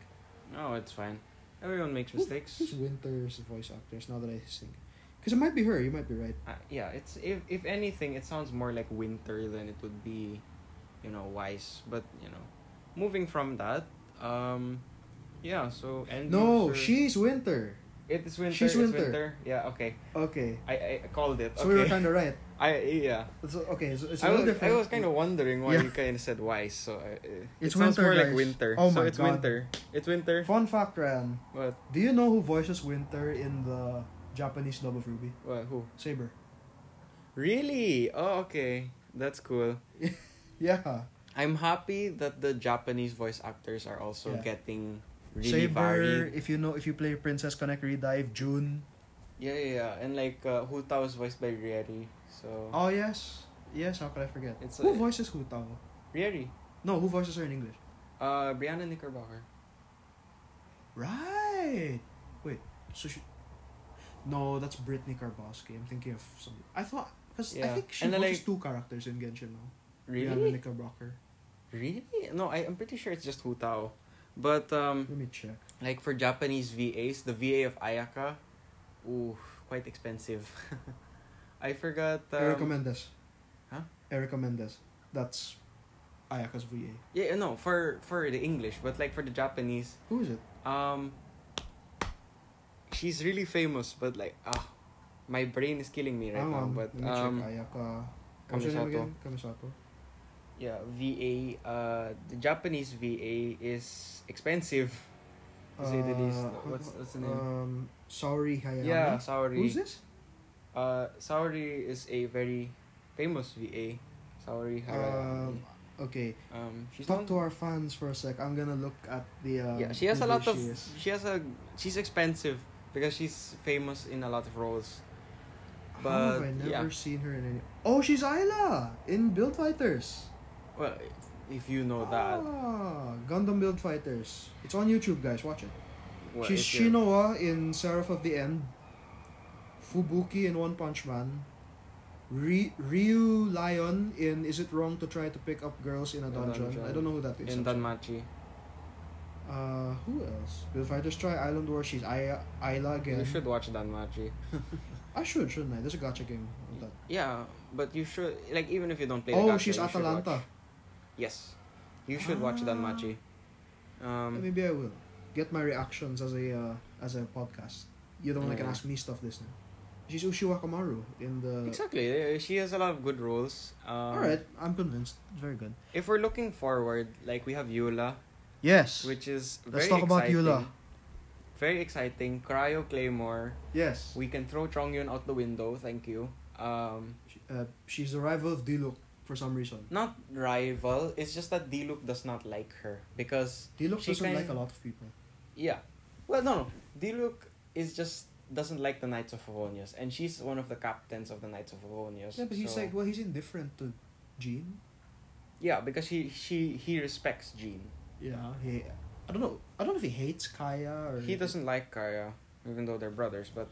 No, oh, it's fine. Everyone makes Who- mistakes. Who's Winter's voice actress? Now that I think, because it might be her. You might be right. Uh, yeah, it's if if anything, it sounds more like winter than it would be, you know, wise. But you know, moving from that, um, yeah. So and No, she's Winter. It is winter. she's it's winter. Yeah. Okay. Okay. I I called it. So we okay. were kind of right. I yeah. So, okay, so it's a I little was, I different. was kind of wondering why Yeah. you kind of said wise. So I, it It's sounds winter, more like guys. winter. Oh my so it's God. winter. It's winter. Fun fact, Ram. What? Do you know who voices Winter in the Japanese dub of Ruby? What? Who? Saber. Really? Oh, okay. That's cool. Yeah. I'm happy that the Japanese voice actors are also Yeah. getting really Saber. varied. If you know, if you play Princess Connect Redive, June. Yeah, yeah, yeah. And like uh, Hu Tao is voiced by Rieri. So Oh yes, yes. How could I forget? It's uh, who a- voices who Tao? Rieri, No, who voices her in English? uh, Brianna Knickerbocker. Right. Wait. So she. No, that's Brittany Karbowski. I'm thinking of some. I thought because I Yeah. think she And then, voices like- two characters in Genshin now. Really? Yeah, Brocker. Really? No, I, I'm pretty sure it's just Hu Tao. But um, Let me check. like for Japanese VAs, the VA of Ayaka, ooh, quite expensive. I forgot. Um, Erica Mendez. Huh? Erica Mendez. That's Ayaka's VA. Yeah, no, for for the English, but like for the Japanese, Who is it? um, she's really famous. But like, ah, my brain is killing me right Hang now. on. But Let me um, check Ayaka. What's her name Kamisato. again? Kamisato. yeah, VA. Uh, the Japanese VA is expensive. To say the least. Uh, What's what's the name? Um, Saori Hayami. yeah, Saori. Who's this? Uh, Saori is a very famous VA. Saori Harayama. Um, okay. um, she's Talk known- to our fans for a sec. I'm gonna look at the. Um, yeah, she has a who lot she of. is. She has a. She's expensive because she's famous in a lot of roles. How have but, I never yeah. seen her in any? Oh, she's Ayla in Build Fighters. Well, if you know that, Ah, Gundam Build Fighters. It's on YouTube, guys. Watch it. well, she's if you're- Shinoa in Seraph of the End. Fubuki in One Punch Man. Ri- Ryu Lion in Is It Wrong to Try to Pick Up Girls in a In a Dungeon? Dungeon. I don't know who that is. in Danmachi. Uh, who else? Build Fighters Try Island War. She's Aya- Ayla again. You should watch Danmachi. I should, shouldn't I? There's a gacha game. of that. Yeah, but you should like even if you don't play. the Oh, gacha, she's you should Atalanta. watch- Yes, you should watch Ah. Danmachi. Um, Maybe I will get my reactions as a uh, as a podcast. You don't like can Yeah. ask me stuff this time. She's Uchiwa Kamaru in the. exactly. uh, She has a lot of good roles. Um, All right, I'm convinced. It's very good. If we're looking forward, like we have Yula, Yes. which is Let's very talk about exciting. Eula. Very exciting. Cryo Claymore. yes. We can throw Chongyun out the window. Thank you. Um, uh, she's the rival of Diluc for some reason. not rival. It's just that Diluc does not like her because Diluc She doesn't can- like a lot of people. yeah, well no no. Diluc is just doesn't like the Knights of Favonius, and she's one of the captains of the Knights of Favonius. Yeah, but he's so- like, well, he's indifferent to Jean. yeah because he she he respects Jean. Yeah. He, I don't know. I don't know if he hates Kaya or He doesn't like Kaya, even though they're brothers. But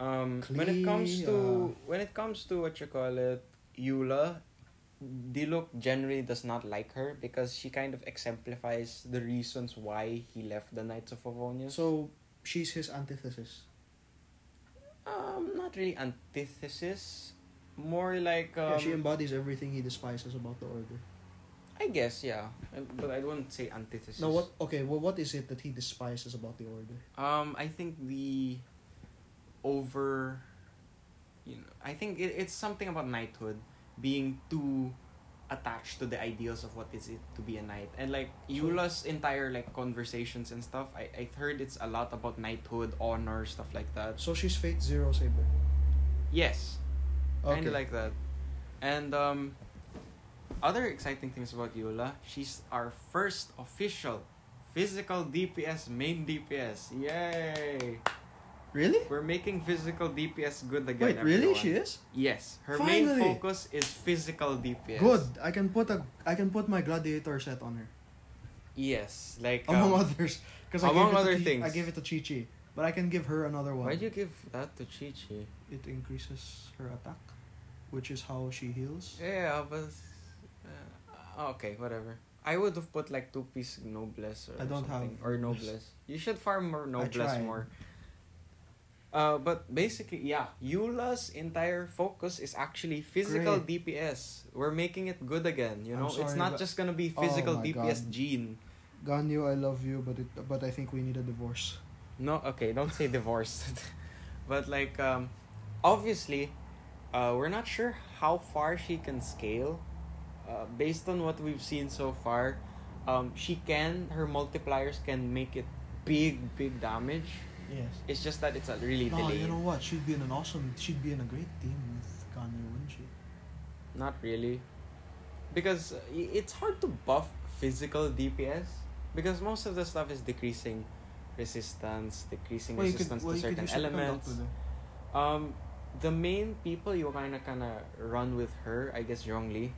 um, when it comes Klee, to when it comes to what you call it, Eula, Diluc generally does not like her because she kind of exemplifies the reasons why he left the Knights of Favonius. So she's his antithesis. Um, not really antithesis, more like um, yeah, she embodies everything he despises about the order. I guess yeah, but I wouldn't say antithesis. Now what? Okay, well, what is it that he despises about the order? Um, I think the over, you know, I think it, it's something about knighthood being too attached to the ideals of what is it to be a knight and like Eula's entire like conversations and stuff I, I heard it's a lot about knighthood honor stuff like that So she's Fate Zero Saber. yes Okay. kind of like that and um other exciting things about Eula she's our first official physical DPS main DPS yay really? We're making physical DPS good again. Wait, really? everyone. She is? Yes, her main Finally. focus is physical DPS. Good. I can put a I can put my gladiator set on her Yes, like um, among others. Because I among gave it other to Chi- I things. gave it to Chi Chi, but I can give her another one. Why'd you give that to Chi Chi? It increases her attack, which is how she heals. Yeah, but uh, okay, whatever. I would have put like two piece noblesse or I don't have something, or noblesse. noblesse. You should farm more noblesse tried. more. Uh, but basically, yeah, Eula's entire focus is actually physical DPS. We're making it good again. You I'm know, it's sorry, not but- just gonna be Oh physical my DPS God. gene. Ganyu, I love you, but it, but I think we need a divorce. No, okay, don't say divorced. but like um obviously uh we're not sure how far she can scale. Uh based on what we've seen so far, um she can her multipliers can make it big big damage. Yes. It's just that it's a really No, delayed. Oh, you know what? She'd be in an awesome. She'd be in a great team with Ganyu, wouldn't she? Not really. Because uh, i- it's hard to buff physical DPS because most of the stuff is decreasing resistance, decreasing Well, you could- resistance well, to you could use certain September elements. with her. Um, the main people you kinda kinda run with her, I guess Zhongli,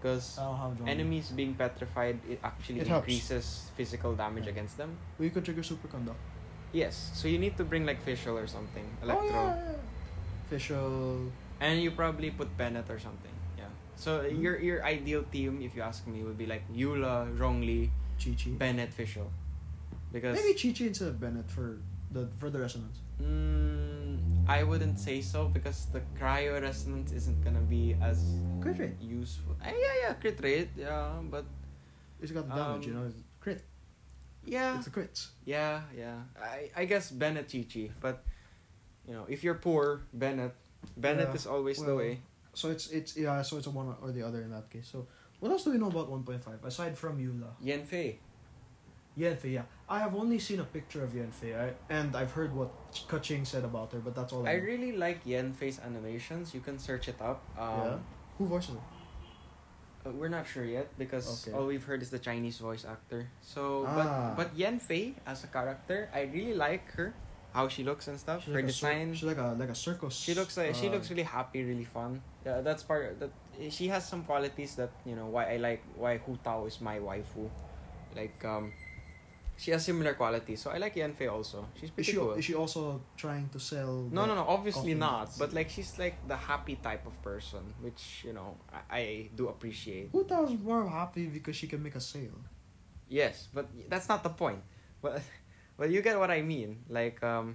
because I don't have Johnny. enemies being petrified it actually Ah, It helps. increases physical damage Yeah. against them. Well, you could trigger superconduct. Yes, so you need to bring like facial or something, Oh, electro, Official. and you probably put Bennett or something. Yeah. So Hmm. your your ideal team, if you ask me, would be like Eula, Zhongli, Chi Chi. Bennett, Fischl, because Maybe Chi Chi instead of Bennett for the for the resonance. mm, I wouldn't say so because the cryo resonance isn't gonna be as Crit rate. useful. Ah, yeah, yeah, crit rate. Yeah, but It's got damage, you Um, know. It's crit. yeah, It's a crits. yeah, yeah. I I guess Bennett Chichi, but you know, if you're poor, Bennett, Bennett Yeah, is always the well- way. So it's it's yeah. So it's a one or the other in that case. So What else do we know about 1.5 aside from Yula? Yan Fei. Yanfei, yeah. I have only seen a picture of Yanfei, I, and I've heard what Ch- Kaching said about her, but that's all I, I know. really like Yan Fei's animations. You can search it up. yeah. Um, Who voices her? uh, We're not sure yet because Okay. all we've heard is the Chinese voice actor. So, Ah. but but Yan Fei as a character, I really like her, how she looks and stuff. She's her like a cir- design. she's like a like a circus. She looks like she uh, looks really happy, really fun. Yeah, that's part that she has some qualities that you know why I like why Hu Tao is my waifu. Like um, she has similar qualities, so I like Yan Fei also. She's Is pretty she, cool. is she also trying to sell? no, the- no, no. Obviously not. confidence? But like she's like the happy type of person, which you know I, I do appreciate. Who thought was more happy because she can make a sale? Yes, but that's not the point. But but you get what I mean. Like um,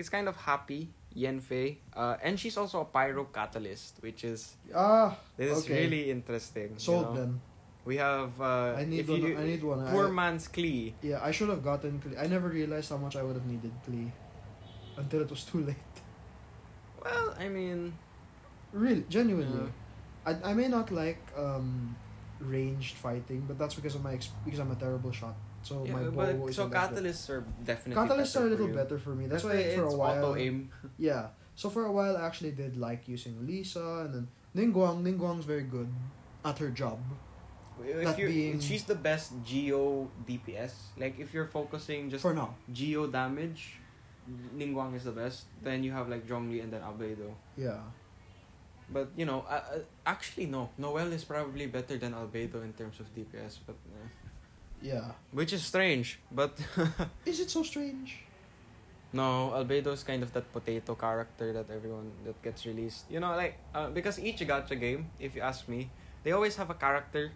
it's kind of happy Yan Fei, uh, and she's also a pyro catalyst, which is Ah, this is Okay. really interesting. you sold know? them. We have. Uh, I need if one. you- I need one. Poor I, man's Klee. yeah, I should have gotten. Klee. I never realized how much I would have needed Klee until it was too late. Well, I mean, Real, genuinely. I, I may not like um, ranged fighting, but that's because of my ex- because I'm a terrible shot. So yeah, Oh, my bow but is a so little bit- catalysts are definitely. Catalysts better are a for little you. better for me. That's, That's why for a it's while. Auto aim. Yeah. So for a while, I actually did like using Lisa and then Ningguang. Ningguang's very good at her job. That If you, being- she's the best geo DPS. Like if you're focusing just for now. geo damage, Ningguang is the best. Then you have like Zhongli and then Albedo. Yeah. But you know, uh, uh, actually no, Noel is probably better than Albedo in terms of DPS, but uh, Yeah. which is strange. But Is it so strange? No, Albedo is kind of that potato character that everyone that gets released. You know, like uh, because each gacha game, if you ask me, they always have a character.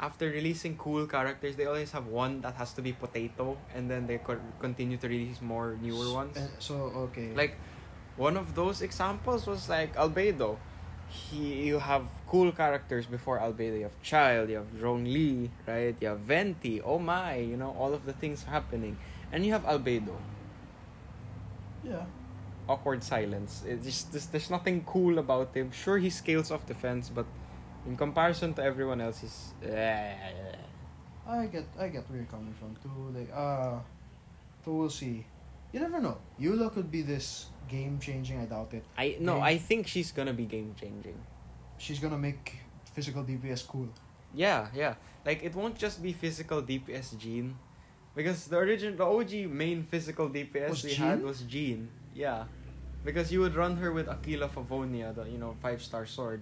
After releasing cool characters, they always have one that has to be potato, and then they co- continue to release more newer ones. Eh, so okay. Like one of those examples was like Albedo. He, you have cool characters before Albedo. You have Child, you have Zhongli, right? You have Venti. Oh my, you know all of the things happening, and you have Albedo yeah. awkward silence. It's just there's, there's nothing cool about him. Sure, he scales off defense, but in comparison to everyone else, he's. I get I get where you're coming from too. Like uh so we'll see. You never know. Yula could be this game changing. I doubt it. I no, Mm. I think she's gonna be game changing. She's gonna make physical DPS cool. Yeah, yeah. Like it won't just be physical DPS Gene, because the origin, the OG main physical DPS Was we had Jean? was Gene. Yeah, because you would run her with Aquila Favonia, the you know five star sword,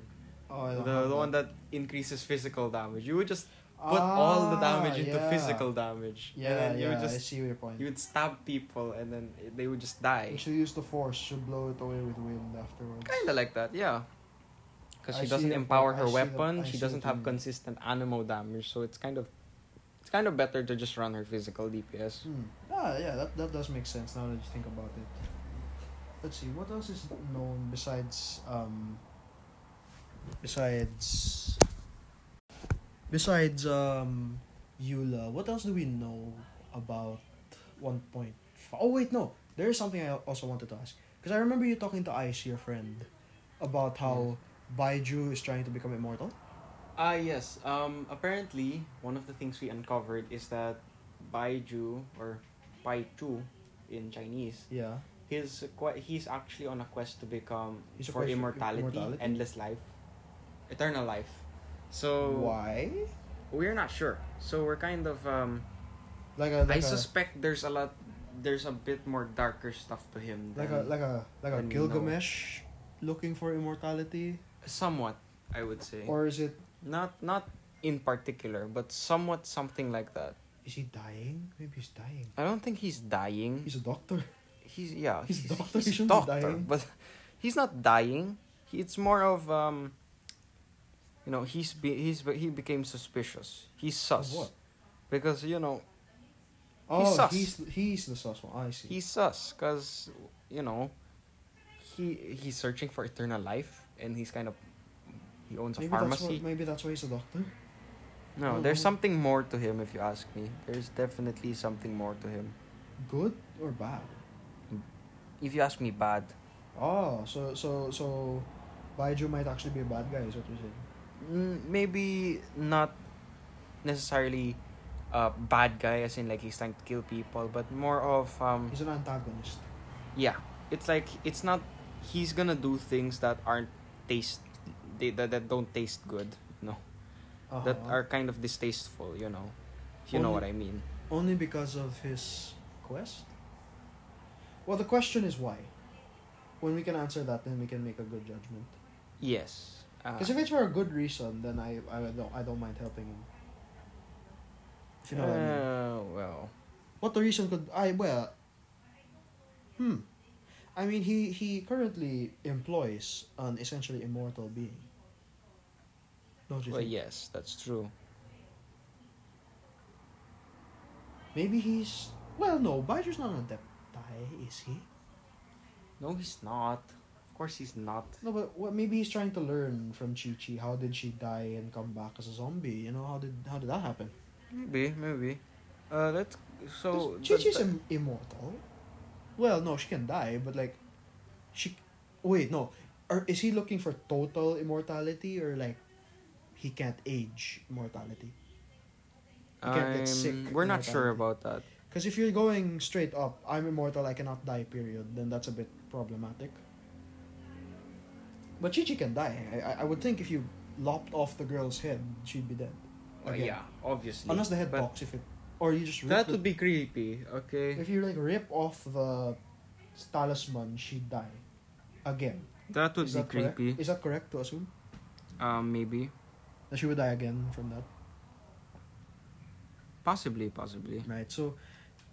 Oh, I the don't the have one that increases physical damage. You would just put all the Ah, damage into yeah. physical damage. Yeah, and then you yeah. would I just see your point. you would stab people and then they would just die. She'll use the force. She'll blow it away with wind afterwards. Kinda like that, yeah. Because I she see doesn't your empower point. I her see the- weapon, I see she doesn't what you have mean. consistent animal damage, so it's kind of it's kind of better to just run her physical DPS. Hmm. Ah, yeah, that, that does make sense now that you think about it. Let's see, what else is known besides um besides besides um Eula, what else do we know about 1.5? Oh wait, no. There is something I also wanted to ask because I remember you talking to Ice, your friend, about how Baiju is trying to become immortal. Ah yes. Um apparently one of the things we uncovered is that Baiju or Bai Chu in Chinese, Yeah. he's quite he's actually on a quest to become He's a for quest for immortality, immortality? endless life, eternal life. So Why? We're not sure. So we're kind of um Like a like I a suspect there's a lot there's a bit more darker stuff to him like a than like a like a than we Gilgamesh looking for immortality, somewhat I would say. or is it not not in particular, but somewhat something like that. is he dying? Maybe he's dying. I don't think he's dying. He's a doctor. he's yeah He's he's, a doctor, he he's shouldn't be doctor dying. but he's not dying he, it's more of um you know he's be, he's be- he became suspicious he's sus what? because you know Oh, sus. he's he's the sus one. I see. he's sus because you know he he's searching for eternal life and he's kind of he owns a maybe That's pharmacy why, maybe that's why he's a doctor. no oh, there's no. something more to him if you ask me there's definitely something more to him Good or bad? if you ask me bad Oh, so so so, Baiju might actually be a bad guy. Is what you're saying? n- maybe not necessarily a bad guy as in like he's trying to kill people but more of um He's an antagonist. yeah it's like it's not he's gonna do things that aren't taste they, that, that don't taste good no that Uh-huh. are kind of distasteful you know if you know what i mean Only because of his quest? Well, the question is why. When we can answer that, then we can make a good judgment. yes uh, Because if it's for a good reason, then I, I don't I don't mind helping him. If you know what I mean. uh, well What the reason could I well? Hmm. I mean, he he currently employs an essentially immortal being. Don't you well think? yes that's true Maybe he's well. No, Baiju's not a deptai, is he? no he's not of course he's not No, but what, maybe he's trying to learn from Chi Chi. How did she die and come back as a zombie? You know how did how did that happen? Maybe, maybe. Uh, that's so. Chi that- Chi's that- Im- immortal. Well, no, she can die, but like, she. Wait, no. Or is he looking for total immortality or like, he can't age immortality? you can't get I'm- sick We're not immortality. sure about that. Because if you're going straight up, I'm immortal, I cannot die. Period. Then that's a bit problematic. But Chi Chi can die. I- I I would think if you lopped off the girl's head, she'd be dead. Uh, Again. yeah, obviously. Unless the head But talks, if it or you just rip that the- would be creepy. Okay, if you like rip off the talisman, she die again. that would Is be that correct? creepy. Is that correct to assume Um, maybe, that she would die again from that? possibly, possibly. Right. So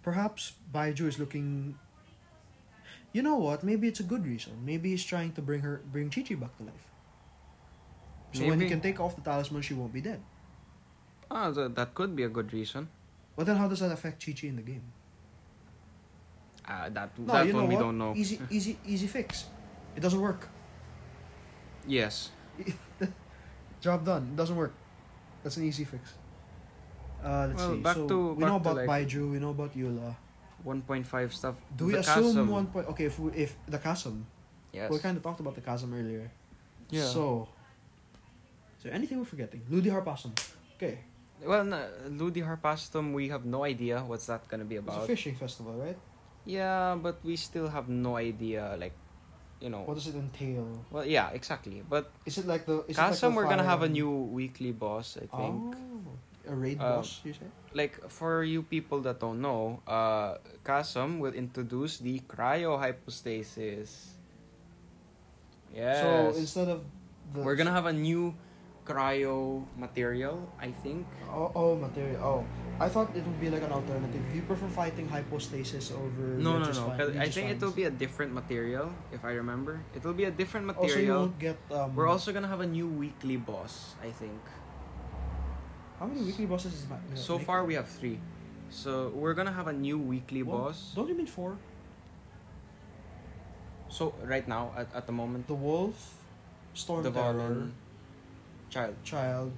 perhaps Baiju is looking. You know what? Maybe it's a good reason. Maybe he's trying to bring her, bring Chichi back to life. So when he Maybe. can take off the talisman, she won't be dead. Ah, that, that could be a good reason. But then, how does that affect Chichi in the game? Uh, that that one we don't know. Easy, easy, easy fix. It doesn't work. Yes. Job done. It doesn't work. That's an easy fix. Uh, let's Well, see. back so to- we back know to, about like- Baiju. We know about Yula. 1.5 stuff. Do we The assume chasm. one point? Okay, if we, if the chasm, Yes. we kind of talked about the chasm earlier. Yeah. So, is there anything we're forgetting? Ludi Harpasum. Okay, Well, no, Ludi Harpastum, we have no idea what's that gonna be it's a about. fishing festival, right? Yeah, but we still have no idea, like, you know. What does it entail? Well, yeah, exactly. But Is it like the? Is Kasam, it like the we're gonna fire have a and- new weekly boss, I think. Oh, a raid Uh, boss. You say? Like for you people that don't know, uh, Kasam will introduce the cryohypostasis. Yes. So instead of the we're gonna have a new cryo material, I think. Oh, oh, material. Oh, I thought it would be like an alternative. You prefer fighting hypostasis over No, no, religious no. fi- 'cause I religious think fines. it'll be a different material, if I remember. It'll be a different Also, Oh, you material. won't get. Um, we're also gonna have a new weekly boss, I think. How many weekly bosses is that? So far, we have three. So we're gonna have a new weekly boss. Don't you mean four? So right now, at, at the moment, The wolf, storm the terror, Valon child. child,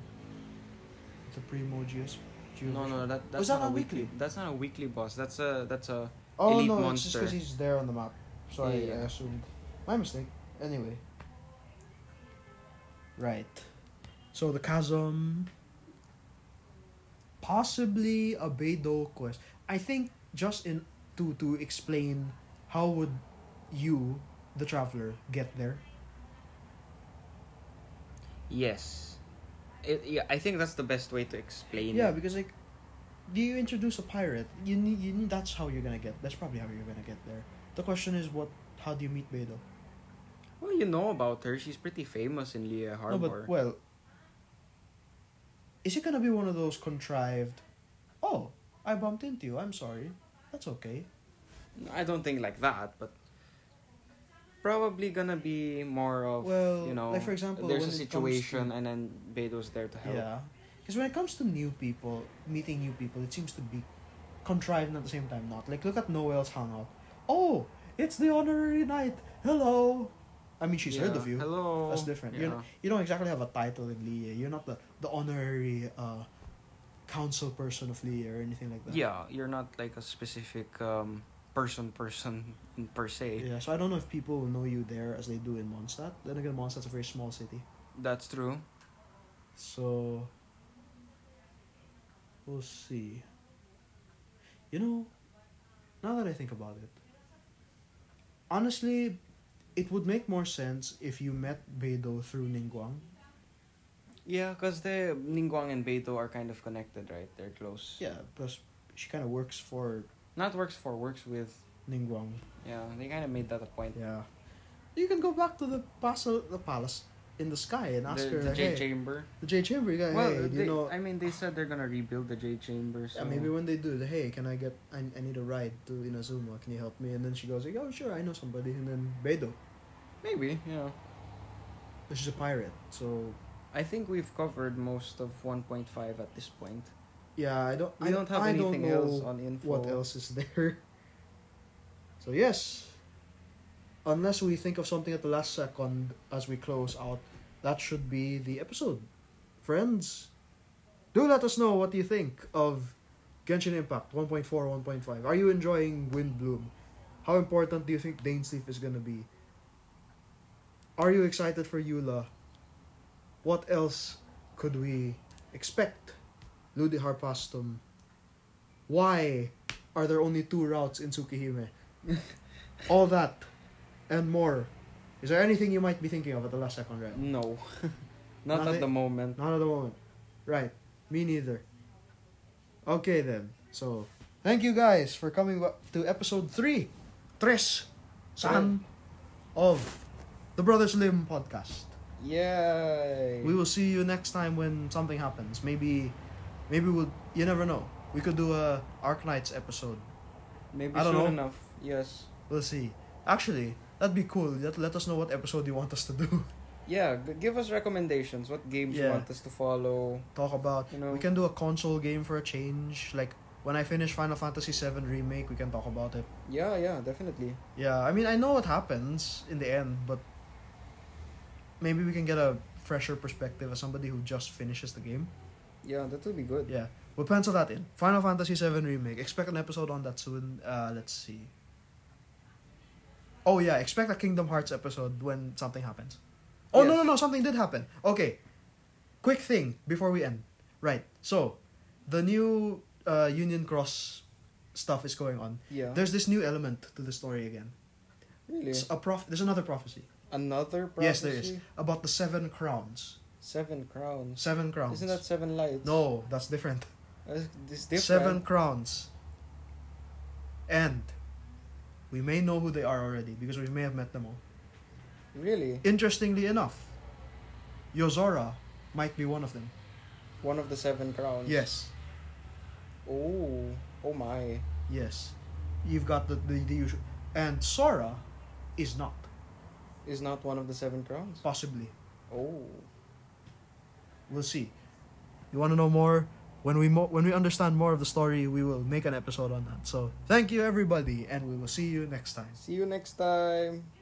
the primordius. No, no, that that's Was that not a not weekly? weekly? That's not a weekly boss. That's a that's a Oh elite no, it's just because monster. he's there on the map. So I, Yeah, I yeah. assumed. My mistake. Anyway. Right. So the chasm. Possibly a Beidou quest. I think just in to to explain how would you, the traveler, get there. yes. It, yeah, I think that's the best way to explain. Yeah, it. because like, do you introduce a pirate? You need you need. That's how you're gonna get. That's probably how you're gonna get there. The question is what? How do you meet Beidou? Well, you know about her. She's pretty famous in Lia Harbor. No, but well, is it gonna be one of those contrived? Oh, I bumped into you. I'm sorry. That's okay. I don't think like that, but probably gonna be more of Well, you know. like, for example, there's when a it comes situation, to- and then Beto's there to help. Yeah, because when it comes to new people, meeting new people, it seems to be contrived and at the same time not. Like look at Noel's hangout. Oh, it's the honorary knight. Hello. I mean, she's Yeah. heard of you. Hello. That's different. Yeah. You're not, you don't exactly have a title in Lia. You're not the, the honorary uh, council person of Lia or anything like that. Yeah, you're not like a specific um, person, person in per se. Yeah, so I don't know if people will know you there as they do in Mondstadt. Then again, Mondstadt's a very small city. That's true. So we'll see. You know, now that I think about it, honestly, it would make more sense if you met Beidou through Ningguang. Yeah, because the Ningguang and Beito are kind of connected, right? They're close. Yeah, plus she kind of works for Not works for, works with. Ningguang. Yeah, they kind of made that a point. Yeah. You can go back to the palace, the palace in the sky and ask the, her, the J hey, Chamber. the J Chamber guy, well, hey, do they- you know, I mean, they said they're gonna rebuild the J Chamber. So Yeah, maybe when they do the hey, can I get I, I need a ride to Inazuma, can you help me? And then she goes like, Oh sure, I know somebody and then Beidou. maybe yeah. but She's a pirate. So I think we've covered most of 1.5 at this point. yeah, I don't We I don't have I anything don't know else on info. what else is there. So yes. Unless we think of something at the last second as we close out, that should be the episode. Friends, do let us know what you think of Genshin Impact 1.4, 1.5. Are you enjoying Wind Bloom? How important do you think Dane's Thief is gonna be? Are you excited for Eula? What else could we expect? Ludi Harpastum. Why are there only two routes in Tsukihime? All that and more. Is there anything you might be thinking of at the last second, right? No, not Nothing. at the moment. Not at the moment. Right. Me neither. Okay then. So, thank you guys for coming wa- to episode 3. Tres. San. Of the Brothers Lim podcast. Yay! We will see you next time when something happens. Maybe, maybe we'll. You never know. We could do a Arc Knights episode. maybe I don't soon know. enough. Yes. We'll see. Actually, that'd be cool. Let, let us know what episode you want us to do. Yeah, g- give us recommendations. What games you Yeah. want us to follow? Talk about. You know. We can do a console game for a change. Like when I finish Final Fantasy VII remake, we can talk about it. Yeah, yeah, definitely. Yeah, I mean I know what happens in the end, but maybe we can get a fresher perspective as somebody who just finishes the game. Yeah, that would be good. Yeah, we'll pencil that in. Final Fantasy VII Remake. Expect an episode on that soon. Uh, let's see. Oh yeah, expect a Kingdom Hearts episode when something happens. Oh no Yes. no no, something did happen. Okay, quick thing before we end. Right, so the new uh, Union Cross stuff is going on. Yeah. There's this new element to the story again. really? It's a prof- There's another prophecy. Another prophecy? Yes, there is about the seven crowns. Seven crowns. Seven crowns. Isn't that seven lights? No, that's different. That's- It's different. seven crowns. And we may know who they are already because we may have met them all. Really? Interestingly enough, Yozora might be one of them. One of the seven crowns. Yes, Oh, oh my. yes. You've got the, the, the usual. And Sora is not, Is not one of the seven crowns. possibly. Oh. We'll see. You want to know more? When we, mo- when we understand more of the story, we will make an episode on that. So, thank you, everybody, and we will see you next time. See you next time.